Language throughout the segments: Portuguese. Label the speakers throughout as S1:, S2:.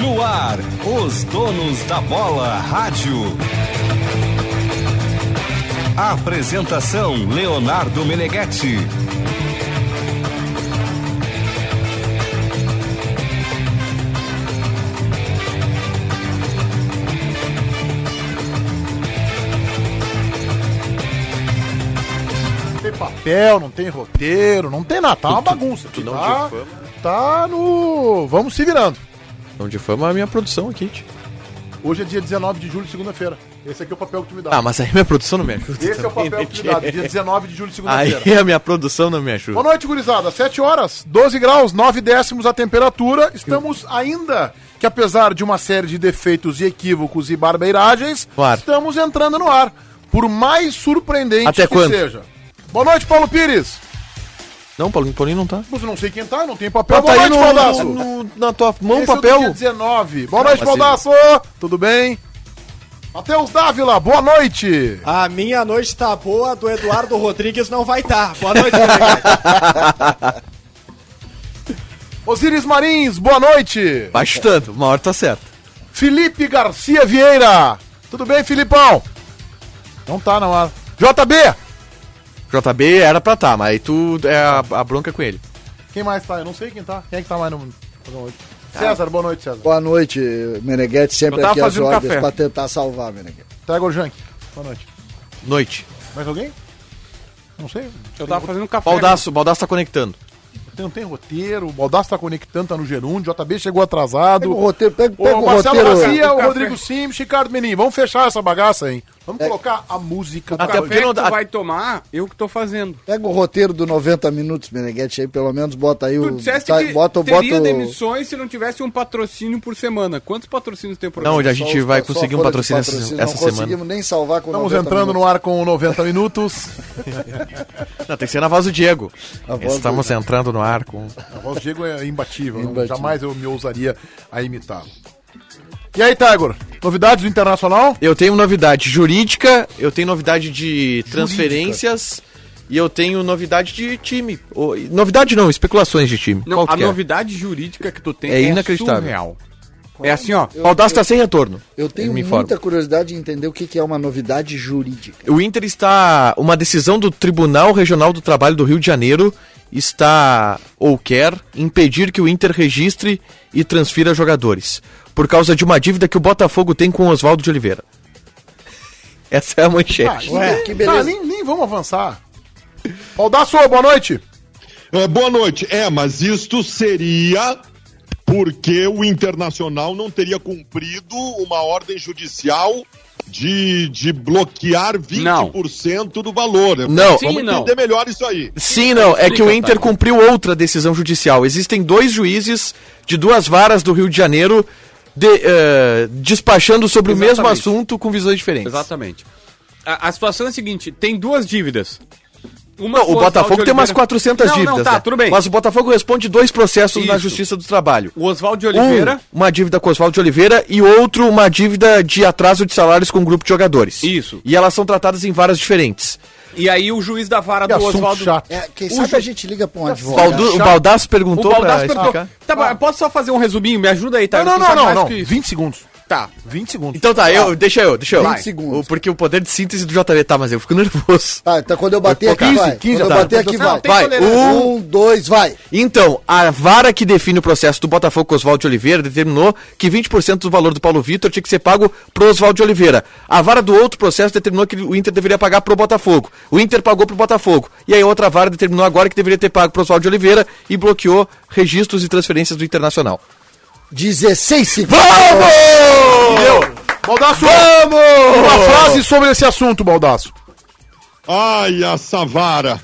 S1: No ar, os donos da bola rádio. Apresentação Leonardo Meneghetti.
S2: Não tem papel, não tem roteiro, não tem nada, tá uma bagunça.
S3: Tu não
S2: tá,
S3: difama.
S2: tá no. Vamos se virando.
S3: Não difama a minha produção aqui, tio.
S2: Hoje é dia 19 de julho, segunda-feira. Esse aqui é o papel que tu me dá.
S3: Ah, mas aí minha produção não me ajuda.
S2: Esse é o
S3: também,
S2: papel
S3: né,
S2: que tu me
S3: tio?
S2: dá, dia 19 de julho, segunda-feira.
S3: Aí a minha produção não me ajuda.
S2: Boa noite, gurizada. 7 horas, 12 graus, 9 décimos a temperatura. Estamos ainda que, apesar de uma série de defeitos e equívocos e barbeiragens,
S3: No ar.
S2: estamos entrando no ar. Por mais surpreendente
S3: Até
S2: que
S3: quando?
S2: seja. Boa noite, Paulo Pires.
S3: Não, Paulinho, Paulinho não tá.
S2: Mas eu não sei quem tá, não tem papel.
S3: Bota aí
S2: Baldasso.
S3: no, no- na tua mão o
S2: Esse é
S3: papel.
S2: do dia 19. Boa noite,
S3: mas ele-
S2: Baldasso. Tudo bem? Matheus Dávila, boa noite.
S4: A minha noite tá boa, do Eduardo Rodrigues não vai tá. Boa noite, Rodrigues.
S2: Osiris Marins, boa noite.
S3: Vai chutando, uma hora tá certo.
S2: Felipe Garcia Vieira. Tudo bem, Filipão? Não tá, não. ah. JB.
S3: JB era pra tá, mas aí tu é a, a bronca com ele.
S2: Quem mais tá? Eu não sei quem tá. Quem é que tá mais no mundo? Boa noite. César, boa noite, César.
S5: Boa noite, Meneghete,
S3: Eu
S5: sempre
S3: tava
S5: aqui às
S3: fazendo
S5: ordens
S3: café.
S5: pra tentar salvar, Meneghete.
S2: Tiger Junk. Boa noite.
S3: Noite.
S2: Mais alguém? Não sei.
S6: Eu tava fazendo café.
S3: Baldaço, Baldaço tá conectando.
S2: Não tem roteiro. O Baldaço tá conectando, tá no gerúndio. JB chegou atrasado.
S5: Pega o roteiro, pega, pega
S2: O
S5: o
S2: Marcelo
S5: roteiro.
S2: Garcia,
S6: Do
S2: o
S6: café.
S2: Rodrigo Sims, Ricardo Menin. Vamos fechar essa bagaça, hein? Vamos
S5: É.
S2: colocar a música
S3: Até
S6: Café
S3: porque não
S6: é que
S3: dá-
S6: tu vai tomar, eu que tô fazendo.
S5: Pega o roteiro do 90 minutos, Meneghete, aí pelo menos bota aí
S6: Tu
S5: o.
S6: disseste
S5: tá-
S6: que
S5: bota,
S6: teria
S5: bota o-
S6: demissões se não tivesse um patrocínio por semana. Quantos patrocínios tem por
S3: Não,
S6: semana?
S3: a gente
S5: né? só-
S3: vai
S5: só
S3: conseguir um
S5: folha de
S3: patrocínio essa,
S5: patrocínio.
S3: essa
S5: Não
S3: semana.
S5: conseguimos nem salvar com
S2: Estamos entrando no ar com 90 minutos.
S3: Não, tem que ser na voz do Diego.
S5: A voz
S3: Estamos entrando no ar com.
S2: A voz do Diego é imbatível, não-
S5: Imbatível.
S2: jamais eu me ousaria a imitá-lo. E aí, Tiger? Novidades do Internacional?
S3: Eu tenho novidade jurídica, eu tenho novidade de transferências e eu tenho novidade de time. Ou- Novidade não, especulações de time.
S6: Não,
S3: Qual que
S6: a
S3: é?
S6: novidade jurídica que tu tem
S3: É inacreditável.
S6: surreal. É assim, ó.
S3: O Audaz tá sem retorno.
S5: Eu tenho
S3: me
S5: muita
S3: informa.
S5: curiosidade de entender o que, que é uma novidade jurídica.
S3: O Inter está. Uma decisão do Tribunal Regional do Trabalho do Rio de Janeiro está ou quer impedir que o Inter registre e transfira jogadores por causa de uma dívida que o Botafogo tem com o Oswaldo de Oliveira. Essa é a manchete.
S5: Ué, que beleza.
S2: Tá, nem, nem vamos avançar. Baldasso, boa noite.
S7: É, boa noite. É, mas isto seria porque o Internacional não teria cumprido uma ordem judicial de, de bloquear 20% do valor.
S3: Não.
S7: vamos
S6: Ah, Sim, não.
S7: entender melhor isso aí.
S3: Sim, não. É que o
S6: Explica, tá.
S3: Inter cumpriu outra decisão judicial. Existem dois juízes de duas varas do Rio de Janeiro de- eh, despachando sobre o mesmo
S6: Exatamente.
S3: assunto com visões diferentes.
S6: Exatamente. A, a situação é a seguinte: tem duas dívidas. Uma
S3: Não,
S6: com
S3: o Botafogo
S6: Oswaldo de
S3: tem umas
S6: Oliveira-
S3: 400
S6: não,
S3: dívidas.
S6: Não, tá,
S3: né?
S6: tudo bem.
S3: Mas o Botafogo responde dois processos na
S6: Isso.
S3: Justiça do Trabalho.
S6: O Oswaldo de Oliveira.
S3: Um, uma dívida com Oswaldo de Oliveira e outro, uma dívida de atraso de salários com um grupo de jogadores.
S6: Isso.
S3: E elas são tratadas em varas diferentes.
S6: E aí o juiz da vara
S2: Que
S6: do
S2: assunto
S6: Oswaldo.
S2: chato.
S5: É, quem
S6: O
S5: sabe
S6: ju-
S5: a gente liga pra um
S3: O
S5: advogado.
S3: Baldu- o Baldasso
S6: O
S3: perguntou
S6: Baldasso
S3: pra
S6: perguntou.
S3: explicar.
S6: Tá, mas posso só fazer um resuminho? Me ajuda aí, tá?
S2: não,
S6: Tu
S2: não,
S6: sabe
S2: não,
S6: mais
S2: não.
S6: que isso.
S2: 20 segundos.
S6: Tá.
S2: 20 segundos.
S3: Então tá, eu, deixa eu, deixa eu.
S5: 20
S3: Vai.
S5: segundos.
S3: O- Porque o poder de síntese do JV tá, mas eu fico nervoso.
S5: Tá, então quando eu bater aqui,
S2: 15,
S5: vai.
S2: 15,
S5: quando
S2: tá.
S5: eu bater aqui,
S2: Não,
S5: vai.
S6: tem
S3: Vai,
S6: tolerância.
S5: Um, dois, vai.
S3: Então, a vara que define o processo do Botafogo com Oswaldo de Oliveira determinou que 20% do valor do Paulo Vitor tinha que ser pago pro Oswaldo de Oliveira. A vara do outro processo determinou que o Inter deveria pagar pro Botafogo. O Inter pagou pro Botafogo. E aí outra vara determinou agora que deveria ter pago pro Oswaldo de Oliveira e bloqueou registros e transferências do Internacional.
S5: 16 segundos.
S3: Vamos!
S2: Baldasso,
S3: Vamos!
S2: uma frase sobre esse assunto, Baldasso.
S7: Ai, a Savara.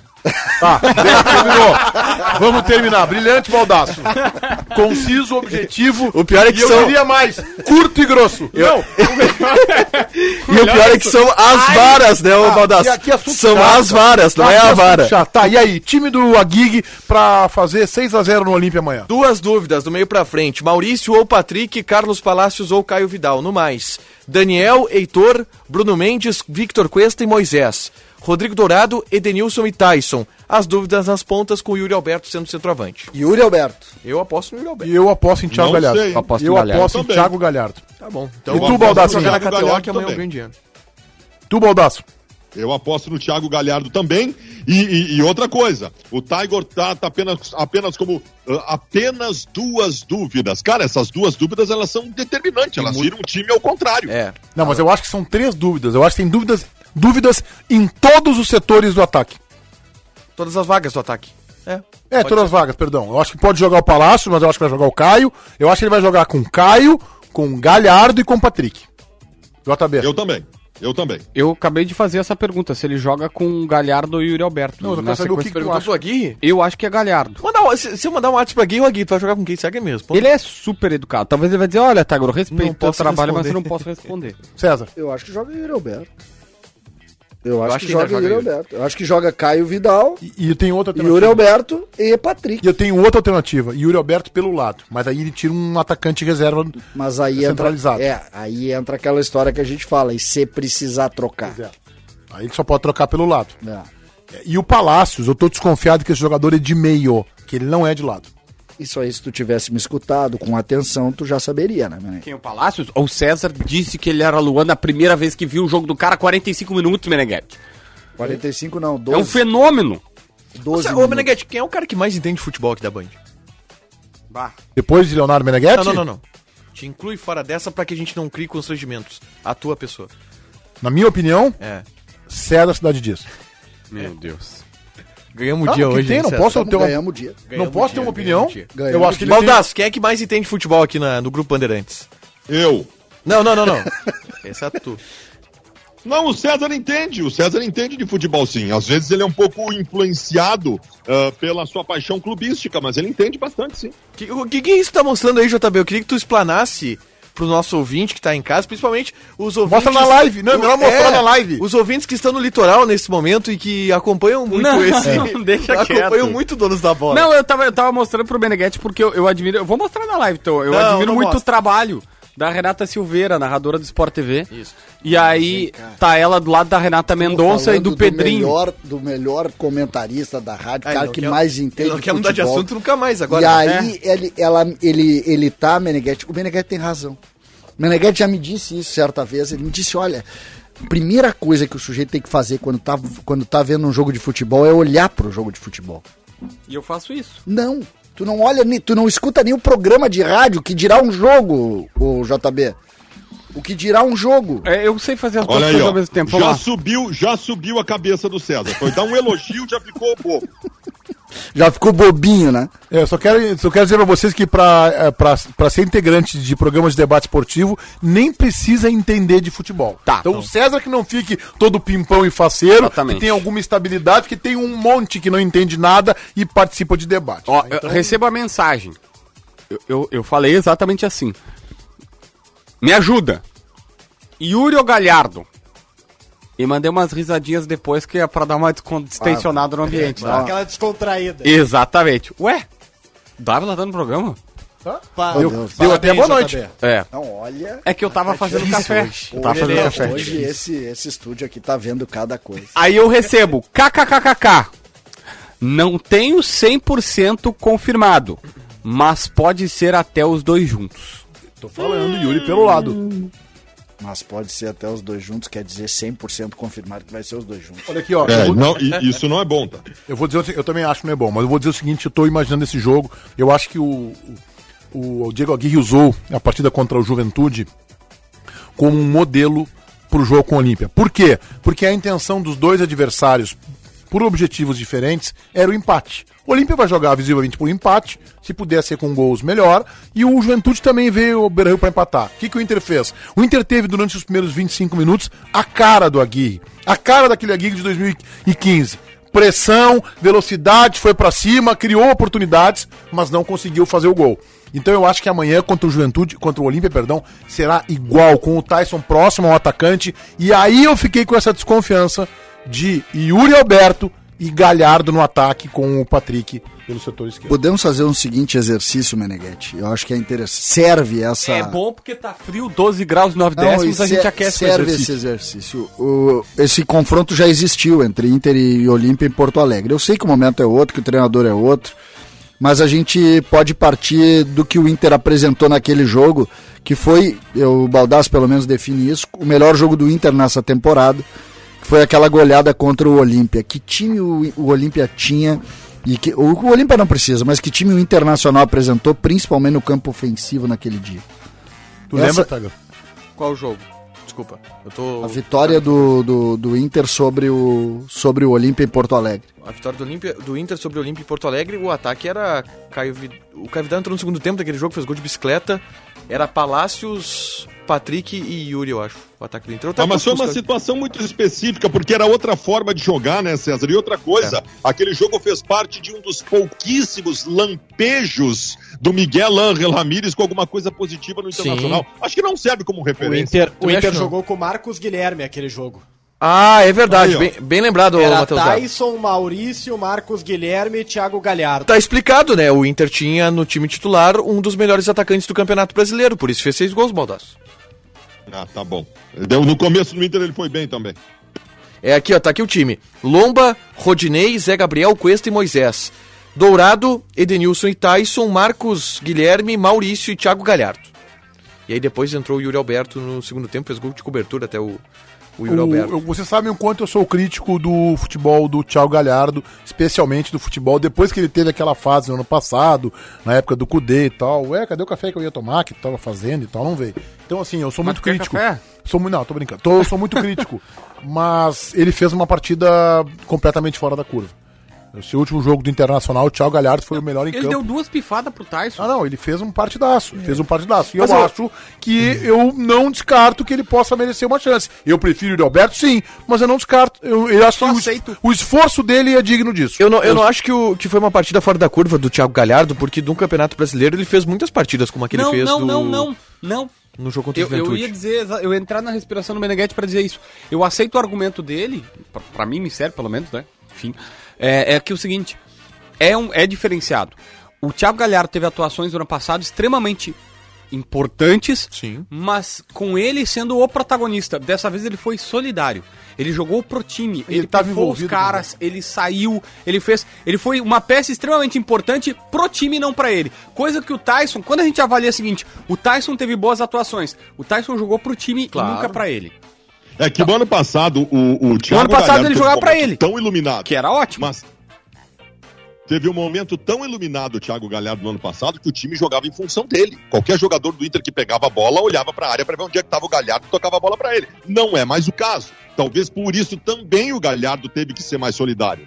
S2: Tá, terminou. Vamos terminar. Brilhante, Baldasso. Conciso, objetivo.
S3: O pior é que
S2: E eu
S3: são-
S2: diria mais. Curto e grosso. Não,
S3: E o pior é que são as varas, né, ô Baldasso?
S2: e aqui é assunto
S3: São
S2: chato,
S3: as varas, não é a vara.
S2: Já tá, e aí? Time do Aguig pra fazer 6x0 no Olímpia amanhã.
S3: Duas dúvidas do meio pra frente. Maurício ou Patrick, Carlos Palácios ou Caio Vidal. No mais, Daniel, Heitor, Bruno Mendes, Victor Cuesta e Moisés. Rodrigo Dourado, Edenilson e Tyson. As dúvidas nas pontas com o Yuri Alberto sendo centroavante.
S5: Yuri Alberto.
S3: Eu aposto no Yuri Alberto.
S2: E eu aposto em Thiago
S7: Não
S2: Galhardo.
S7: sei.
S8: Aposto no
S2: eu
S8: Galhardo
S2: aposto em
S7: também.
S2: Thiago Galhardo.
S3: Tá bom.
S2: E
S3: Então,
S2: tu, Baldasso?
S3: jogar na KTO
S7: Galhardo
S3: que amanhã é um eu
S7: também.
S3: ganho dinheiro.
S2: Tu, Baldasso.
S7: Eu aposto no Thiago Galhardo também. E, e- e outra coisa, o Tiger tá, tá apenas, apenas como ah, apenas duas dúvidas. Cara, essas duas dúvidas elas são determinantes, elas viram o time ao contrário.
S3: É.
S2: Não, mas eu acho que são três dúvidas. Eu acho que tem dúvidas, dúvidas em todos os setores do ataque.
S3: Todas as vagas do ataque. É.
S2: É, todas as vagas, perdão. Eu acho que pode jogar o Palácio, mas eu acho que vai jogar o Caio. Eu acho que ele vai jogar com o Caio, com o Galhardo e com o Patrick. JB.
S7: Eu também. Eu também.
S6: Eu acabei de fazer essa pergunta, se ele joga com Galhardo ou Yuri Alberto.
S2: Não, eu
S6: Na
S2: quero saber o que,
S6: sequência,
S2: que tu
S6: perguntou-
S2: acha.
S3: Passou Aguirre?
S6: Eu acho que é Galhardo.
S3: Manda, um- se, se eu mandar um WhatsApp pra Gui, o Aguirre, tu vai jogar com quem? Segue mesmo. Pô.
S6: Ele é super educado. Talvez ele vai dizer, olha, Tagro, eu respeito
S3: Não
S6: o teu
S3: posso
S6: trabalho, mas eu não
S3: responder.
S6: posso responder.
S2: César.
S5: Eu acho que joga Yuri Alberto. Eu acho,
S3: acho
S5: que,
S3: que
S5: joga,
S3: ainda joga
S5: Yuri
S3: Yuri.
S5: Alberto. Eu acho que joga Caio Vidal,
S2: E, e eu tenho outra
S5: Yuri
S2: alternativa.
S5: Alberto e Patrick.
S2: E eu tenho outra alternativa. Yuri Alberto pelo lado. Mas aí ele tira um atacante reserva.
S5: Mas aí entra,
S2: Centralizado.
S5: é, aí entra aquela história que a gente fala, e se precisar trocar.
S2: Aí ele só pode trocar pelo lado.
S5: É.
S2: E o Palácios, eu tô desconfiado que esse jogador é de meio, que ele não é de lado.
S5: Isso aí, se tu tivesse me escutado com atenção, tu já saberia, né, Meneghete?
S6: Quem, é o Palácios? O César disse que ele era Luan na primeira vez que viu o jogo do cara, 45 minutos, Meneghete.
S5: 45 não,
S6: É um
S5: 12.
S6: fenômeno.
S5: 12
S3: Ô,
S5: minutos.
S3: Meneghete, quem é o cara que mais entende futebol aqui da Band?
S2: Depois de Leonardo Meneghetti?
S3: Não, não, não, não. Te inclui fora dessa pra que a gente não crie constrangimentos. A tua pessoa.
S2: Na minha opinião,
S3: É.
S2: César Cidade disso.
S6: Meu Deus.
S3: Ganhamos
S2: Não,
S3: o dia
S2: que
S3: hoje.
S2: tem,
S3: hein,
S2: não
S3: César?
S2: posso ter uma-
S5: Ganhamos o dia.
S2: não posso ter uma opinião.
S5: Ganhamos
S2: Eu acho que ele tem...
S3: Baldasso, quem é que mais entende futebol aqui na- no Grupo Bandeirantes?
S7: Eu.
S3: Não, não, não, não. Essa é tu.
S7: Não, o César entende, o César entende de futebol sim. Às vezes ele é um pouco influenciado ah, pela sua paixão clubística, mas ele entende bastante sim.
S3: Que- O que, que isso tá mostrando aí, JB? Eu queria que tu explanasse pro nosso ouvinte que tá em casa, principalmente os ouvintes...
S2: Mostra na live. Não, é melhor mostrar na live.
S3: Os ouvintes que estão no litoral nesse momento e que acompanham muito
S6: Não,
S3: esse...
S6: não, deixa
S3: acompanham
S6: quieto.
S3: muito Donos da Bola.
S6: Não, eu tava, eu tava mostrando pro Meneghete porque eu, eu admiro. Eu vou mostrar na live, então. Eu
S3: Não,
S6: admiro
S3: não
S6: muito
S3: mostra.
S6: o trabalho da Renata Silveira, narradora do Sport TV. Isso. E aí tá ela do lado da Renata Mendonça e
S5: Falando
S6: um do, Pedrinho.
S5: Melhor, do melhor comentarista da rádio,
S3: Ai,
S5: cara
S3: não
S5: que
S3: quer-
S5: mais entende.
S3: Ele não quer mudar de
S5: futebol.
S3: assunto nunca mais agora.
S5: e
S3: né?
S5: aí ele, ela, ele, ele tá, Meneghetti, o Meneghetti tem razão. O Meneghetti já me disse isso certa vez, ele me disse, olha, a primeira coisa que o sujeito tem que fazer quando tá, quando tá vendo um jogo de futebol é olhar pro jogo de futebol.
S6: E eu faço isso.
S5: Não, tu não olha, nem- tu não escuta nem o programa de rádio que dirá um jogo, o JB. O que dirá um jogo.
S6: É, eu sei fazer as duas
S7: Olha aí,
S6: coisas
S7: ó.
S6: ao mesmo tempo.
S7: já
S6: Vamos lá.
S7: subiu, já subiu a cabeça do César. Foi dar um elogio, já ficou bobo.
S5: Já ficou bobinho, né?
S2: É, eu só quero, só quero dizer pra vocês que pra, é, pra, pra ser integrante de programas de debate esportivo, nem precisa entender de futebol.
S6: Tá.
S2: Então o César que não fique todo pimpão e faceiro,
S6: Exatamente.
S2: que tem alguma estabilidade, porque tem um monte que não entende nada e participa de debate.
S6: Ó, eu recebo a mensagem. Eu, eu, eu falei exatamente assim. Me ajuda. Yuri ou Galhardo? E mandei umas risadinhas depois que é pra dar uma descon- distensionada no ambiente, tá?
S4: Aquela descontraída.
S6: Exatamente. Ué? Dávila tá no programa?
S4: Pa-
S5: Meu
S4: Parabéns,
S5: Deus.
S2: Deu até boa noite.
S4: JB.
S6: É. Tá.
S5: Não, olha.
S6: É que eu tava fazendo café. Eu tava
S5: Hoje,
S6: fazendo
S5: não,
S6: café.
S5: hoje esse, esse estúdio aqui tá vendo cada coisa.
S6: Aí eu recebo kkkk. Não tenho 100% confirmado, mas pode ser até os dois juntos.
S2: Tô falando, Yuri, pelo lado.
S5: Mas pode ser até os dois juntos, quer dizer 100% confirmado que vai ser os dois juntos.
S2: Olha aqui, ó. eu,
S7: É,
S2: vou,
S7: não, i- isso não é bom, tá?
S2: eu vou dizer, o se- eu também acho que não é bom, mas eu vou dizer o seguinte, eu tô imaginando esse jogo, eu acho que o, o, o Diego Aguirre usou a partida contra o Juventude como um modelo para o jogo com o Olímpia. Por quê? Porque a intenção dos dois adversários, por objetivos diferentes, era o empate. O Olímpia vai jogar visivelmente por empate, se puder ser com gols, melhor. E o Juventude também veio ao Beira-Rio para empatar. O que, que o Inter fez? O Inter teve, durante os primeiros 25 minutos, a cara do Aguirre. A cara daquele Aguirre de 2015. Pressão, velocidade, foi para cima, criou oportunidades, mas não conseguiu fazer o gol. Então eu acho que amanhã contra o Juventude, contra o Olímpia, perdão, será igual, com o Tyson próximo ao atacante. E aí eu fiquei com essa desconfiança de Yuri Alberto e Galhardo no ataque com o Patrick pelo setor esquerdo.
S5: Podemos fazer um seguinte exercício, Meneghetti. Eu acho que é interessante. Serve essa.
S6: É bom porque tá frio, 12 graus, 9
S5: Não,
S6: décimos, a
S5: e
S6: gente
S5: se-
S6: aquece o
S5: serve esse
S6: exercício.
S5: exercício. O- esse confronto já existiu entre Inter e Olímpia em Porto Alegre. Eu sei que o momento é outro, que o treinador é outro, mas a gente pode partir do que o Inter apresentou naquele jogo, que foi, eu, o Baldasso pelo menos define isso, o melhor jogo do Inter nessa temporada, que foi aquela goleada contra o Olímpia. Que time o, o Olímpia tinha e que o, o Olímpia não precisa, mas que time o Internacional apresentou, principalmente no campo ofensivo naquele dia.
S2: Tu
S5: Essa-
S2: lembra, Taga?
S3: Qual jogo? Desculpa. Eu tô.
S5: A vitória do, do, do Inter sobre o, sobre o Olímpia em Porto Alegre.
S3: A vitória do, Olímpia, do Inter sobre o Olímpia em Porto Alegre, o ataque era. Caio Vid- O Caio Vidal entrou no segundo tempo daquele jogo, fez gol de bicicleta. Era Palácios, Patrick e Yuri, eu acho. O ataque do Inter. Eu
S7: Ah,
S3: tava
S7: mas foi uma
S3: buscando-
S7: situação muito específica, porque era outra forma de jogar, né, César? E outra coisa, aquele jogo fez parte de um dos pouquíssimos lampejos do Miguel Ángel Ramírez com alguma coisa positiva no Internacional. Acho que não serve como
S4: O
S7: referência.
S4: Inter, o
S3: Também
S4: Inter
S3: acho não.
S4: jogou com o Marcos Guilherme aquele jogo.
S3: Ah, é verdade.
S7: Aí, ó.
S3: bem, bem lembrado,
S4: Era
S3: Matheus. Zago.
S4: Tyson, Maurício, Marcos Guilherme e Thiago Galhardo.
S3: Tá explicado, né? O Inter tinha no time titular um dos melhores atacantes do Campeonato Brasileiro, por isso fez seis gols, Baldasso.
S7: Ah, tá bom. Deu- no começo do Inter ele foi bem também.
S3: É aqui, ó, tá aqui o time. Lomba, Rodinei, Zé Gabriel, Cuesta e Moisés. Dourado, Edenilson e Tyson, Marcos, Guilherme, Maurício e Thiago Galhardo. E aí depois entrou o Yuri Alberto no segundo tempo, fez gol de cobertura até o, o Yuri
S2: O-
S3: Alberto.
S2: eu- vocês sabem o quanto eu sou crítico do futebol do Thiago Galhardo, especialmente do futebol depois que ele teve aquela fase no ano passado, na época do Cudê e tal. Ué, cadê o café que eu ia tomar, que tu tava fazendo e tal, não veio. Então, assim, eu sou muito
S6: tu quer
S2: crítico.
S6: café?
S2: Sou muito, não, tô brincando. Tô- eu sou muito crítico. Mas ele fez uma partida completamente fora da curva. Esse último jogo do Internacional, o Thiago Galhardo foi o melhor em
S6: Ele
S2: campo.
S6: deu duas pifadas pro Tyson.
S2: Ah, não, ele fez um partidaço. Fez um partidaço. E eu,
S3: Mas eu-
S2: acho que eu não descarto que ele possa merecer uma chance. Eu prefiro o de Alberto, sim, mas eu não descarto. Eu, eu acho que o, es- o esforço dele é digno disso.
S3: Eu não, eu não acho que, o, que foi uma partida fora da curva do Thiago Galhardo, porque de um campeonato brasileiro ele fez muitas partidas como a que ele
S6: não,
S3: fez
S6: não,
S3: do-
S6: não, não, não.
S3: no jogo contra o
S6: Eu, eu
S3: Juventude.
S6: ia dizer, exa- eu ia entrar na respiração do Meneghetti pra dizer isso. Eu aceito o argumento dele, pra, pra mim me serve pelo menos, né? Enfim, é, é que o seguinte, é, um, é diferenciado. O Thiago Galhardo teve atuações no ano passado extremamente importantes,
S3: Sim.
S6: mas com ele sendo o protagonista. Dessa vez ele foi solidário. Ele jogou pro time,
S2: Ele
S6: ele,
S2: tava
S6: pifou
S2: envolvido
S6: os caras, ele saiu, ele fez, ele foi uma peça extremamente importante pro time e não pra ele. Coisa que o Tyson, quando a gente avalia é o seguinte, o Tyson teve boas atuações. O Tyson jogou pro time e nunca pra ele.
S7: É que no ano passado o, o Thiago
S6: Tá. ano passado
S7: Galhardo
S6: ele
S7: teve um
S6: jogava pra
S7: momento
S6: ele.
S7: Tão iluminado.
S6: Que era ótimo.
S7: Mas teve um momento tão iluminado o Thiago Galhardo no ano passado que o time jogava em função dele. Qualquer jogador do Inter que pegava a bola olhava pra área pra ver onde é que tava o Galhardo e tocava a bola pra ele. Não é mais o caso. Talvez por isso também o Galhardo teve que ser mais solidário.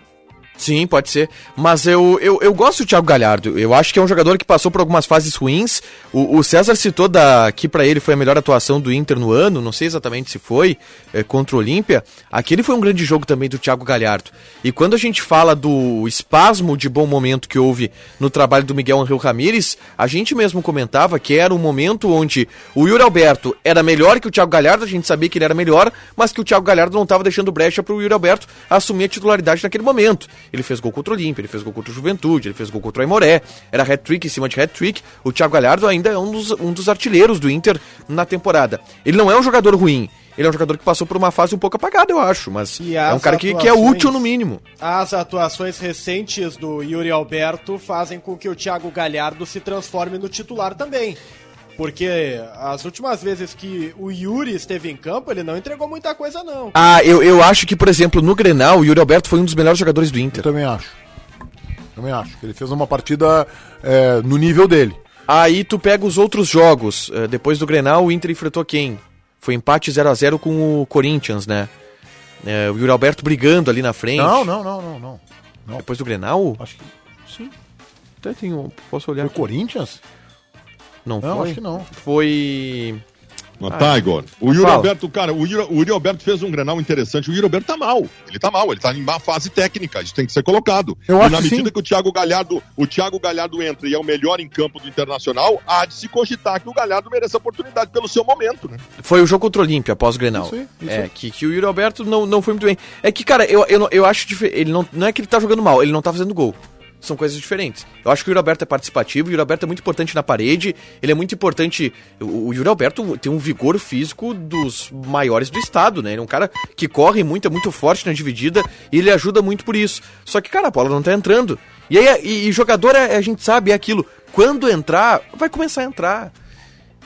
S3: Sim, pode ser. Mas eu, eu, eu gosto do Thiago Galhardo. Eu acho que é um jogador que passou por algumas fases ruins. O, o César citou da, que pra ele foi a melhor atuação do Inter no ano, não sei exatamente se foi, eh, contra o Olímpia. Aquele foi um grande jogo também do Thiago Galhardo. E quando a gente fala do espasmo de bom momento que houve no trabalho do Miguel Angel Ramírez, a gente mesmo comentava que era um momento onde o Yuri Alberto era melhor que o Thiago Galhardo, a gente sabia que ele era melhor, mas que o Thiago Galhardo não estava deixando brecha para o Yuri Alberto assumir a titularidade naquele momento. Ele fez gol contra o Olímpia, ele fez gol contra o Juventude, ele fez gol contra o Aimoré, era hat-trick em cima de hat-trick. O Thiago Galhardo ainda é um dos, um dos artilheiros do Inter na temporada. Ele não é um jogador ruim, ele é um jogador que passou por uma fase um pouco apagada, eu acho, mas
S4: E
S3: é um
S4: as
S3: cara que, que é
S4: atuações-
S3: útil no mínimo.
S4: As atuações recentes do Yuri Alberto fazem com que o Thiago Galhardo se transforme no titular também. Porque as últimas vezes que o Yuri esteve em campo, ele não entregou muita coisa, não.
S3: Ah, eu, eu acho que, por exemplo, no Grenal, o Yuri Alberto foi um dos melhores jogadores do Inter.
S2: Eu também acho. Também acho. que Ele fez uma partida é, no nível dele.
S3: Aí tu pega os outros jogos. Eh, Depois do Grenal, o Inter enfrentou quem? Foi empate 0 a 0 com o Corinthians, né? Eh, o Yuri Alberto brigando ali na frente.
S2: Não, não, não, não, não.
S3: Depois do Grenal?
S2: Acho que
S3: Até tenho, posso olhar.
S2: foi Corinthians?
S3: Não,
S2: Não,
S3: foi.
S2: acho que não.
S3: Foi
S7: Mas
S2: Ah.
S7: tá, Igor. O Yuri
S3: Fala.
S7: Alberto, cara, o Yuri, o Yuri Alberto fez um granal interessante. O Yuri Alberto tá mal. Ele tá mal, ele tá em má fase técnica. Isso tem que ser colocado.
S2: Eu
S7: e
S2: acho
S7: na
S2: que
S7: medida
S2: sim.
S7: que o Thiago Galhardo, o Thiago Galhardo entra e é o melhor em campo do Internacional, há de se cogitar que o Galhardo merece a oportunidade pelo seu momento, né?
S3: Foi o jogo contra o Olímpia após o Grenal.
S2: Isso aí, isso
S3: é, que, que o Yuri Alberto não, não foi muito bem. É que, cara, eu, eu, não- eu acho dife- ele não, não é que ele tá jogando mal, ele não tá fazendo gol. São coisas diferentes. Eu acho que o Yuri Alberto é participativo, o Yuri Alberto é muito importante na parede, ele é muito importante. O, o Yuri Alberto tem um vigor físico dos maiores do estado, né? Ele é um cara que corre muito, é muito forte na dividida e ele ajuda muito por isso. Só que, cara, a bola não tá entrando. E aí, e, e jogador, é- a gente sabe, é aquilo. Quando entrar, vai começar a entrar.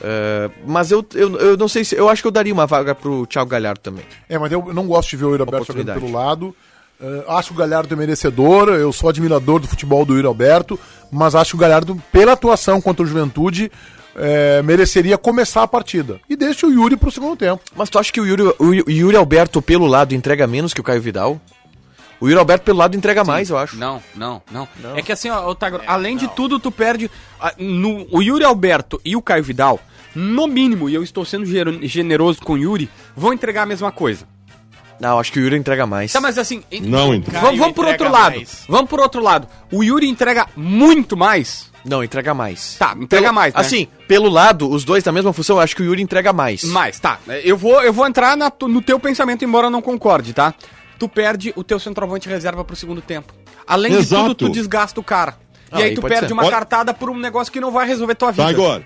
S3: É, mas eu, eu, eu não sei se. Eu acho que eu daria uma vaga pro Thiago Galhardo também.
S2: É, mas eu não gosto de ver o Yuri Alberto jogando
S3: Oportunidade.
S2: pelo lado. Eh, acho o Galhardo merecedor, eu sou admirador do futebol do Yuri Alberto, mas acho que o Galhardo, pela atuação contra o Juventude, eh, mereceria começar a partida. E deixa o Yuri pro segundo tempo.
S3: Mas tu acha que o Yuri, o Yu- o Yuri Alberto pelo lado entrega menos que o Caio Vidal? O Yuri Alberto pelo lado entrega mais, eu acho.
S6: Não, não, não, É que assim, ó, Otagro, além de tudo, tu perde. ah, no- o Yuri Alberto e o Caio Vidal, no mínimo, e eu estou sendo gero- generoso com o Yuri, vão entregar a mesma coisa.
S3: Não, acho que o Yuri entrega mais.
S6: Tá, mas assim. en-
S7: Não, então.
S6: Vamos, vamos por
S4: entrega
S6: outro lado.
S4: mais.
S6: Vamos por outro lado. O Yuri entrega muito mais.
S3: Não, entrega mais.
S6: Tá, entrega
S3: Pelo-
S6: mais, né?
S3: Assim, pelo lado, os dois na mesma função, eu acho que o Yuri entrega mais.
S6: Mas, tá. Eu vou, eu vou entrar na tu- no teu pensamento, embora eu não concorde, tá? Tu perde o teu centroavante reserva pro segundo tempo. Além
S7: Exato.
S6: de tudo, tu desgasta o cara.
S3: Ah,
S6: e aí
S3: aí
S6: tu
S3: pode
S6: perde
S3: ser.
S6: uma
S7: Olha-
S6: cartada por um negócio que não vai resolver tua vida.
S7: Tá, agora.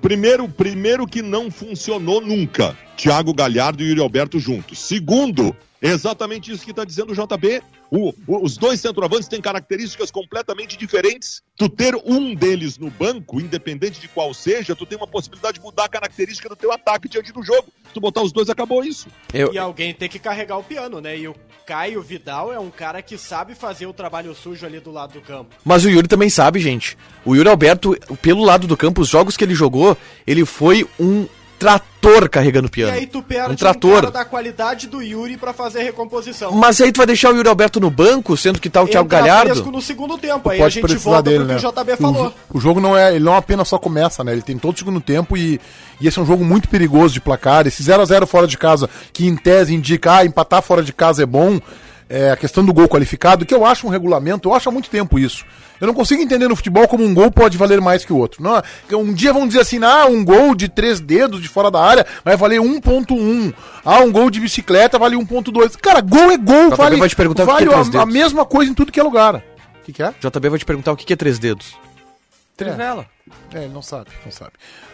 S7: Primeiro, primeiro que não funcionou nunca. Thiago Galhardo e Yuri Alberto juntos. Segundo, exatamente isso que está dizendo o JB. O- o- os dois centroavantes têm características completamente diferentes. Tu ter um deles no banco, independente de qual seja, tu tem uma possibilidade de mudar a característica do teu ataque diante do jogo. Se tu botar os dois, acabou isso.
S3: Eu-
S4: E alguém tem que carregar o piano, né? E o Caio Vidal é um cara que sabe fazer o trabalho sujo ali do lado do campo.
S3: Mas o Yuri também sabe, gente. O Yuri Alberto, pelo lado do campo, os jogos que ele jogou, ele foi um trator carregando
S4: E
S3: piano.
S4: aí tu perde
S3: um trator.
S4: cara da qualidade do Yuri pra fazer a recomposição.
S3: Mas aí tu vai deixar o Yuri Alberto no banco, sendo que tá o Thiago
S4: Entra
S3: Galhardo?
S4: fresco no segundo tempo, aí a
S2: Pode
S4: gente
S2: precisar
S4: volta
S2: dele,
S4: pro
S2: né?
S4: que o JB falou.
S2: O, o jogo não é, ele não apenas só começa, né? Ele tem todo o segundo tempo e, e esse é um jogo muito perigoso de placar. Esse 0 a 0 fora de casa, que em tese indica, ah, empatar fora de casa é bom. É, a questão do gol qualificado, que eu acho um regulamento, eu acho há muito tempo isso. Eu não consigo entender no futebol como um gol pode valer mais que o outro. Não, um dia vão dizer assim, ah, um gol de três dedos de fora da área vai valer 1.1. Ah, um gol de bicicleta vale 1.2. Cara, gol é gol,
S3: JB
S2: vale,
S3: vai te perguntar o que
S2: vale
S3: que é três
S2: a, a
S3: dedos.
S2: mesma coisa em tudo que é lugar. O que, que é?
S3: JB vai te perguntar o que que é três dedos.
S6: Trivela.
S2: É, ele não sabe, não sabe.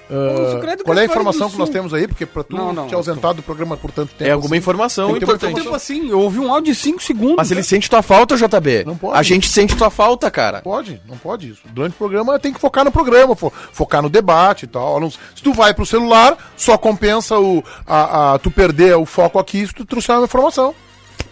S6: eu
S2: Ah,
S6: creio que
S2: qual é a
S6: ele fala
S2: informação
S6: tá do
S2: que nós
S6: Sul.
S2: temos aí? Porque pra tu
S6: Não, não,
S2: te
S6: eu
S2: ausentar do programa por tanto tempo.
S3: É alguma informação
S2: tem que ter uma
S3: importante.
S2: informação.
S6: Tipo assim, eu ouvi um áudio de 5 segundos.
S3: Mas ele sente tua falta, JB.
S2: Não pode.
S3: A gente sente tua falta, cara.
S2: Pode, não pode isso. Durante o programa tem que focar no programa, fo- focar no debate e tal. Não- Se tu vai pro celular, só compensa o, a, a- tu perder o foco aqui se tu trouxer uma informação.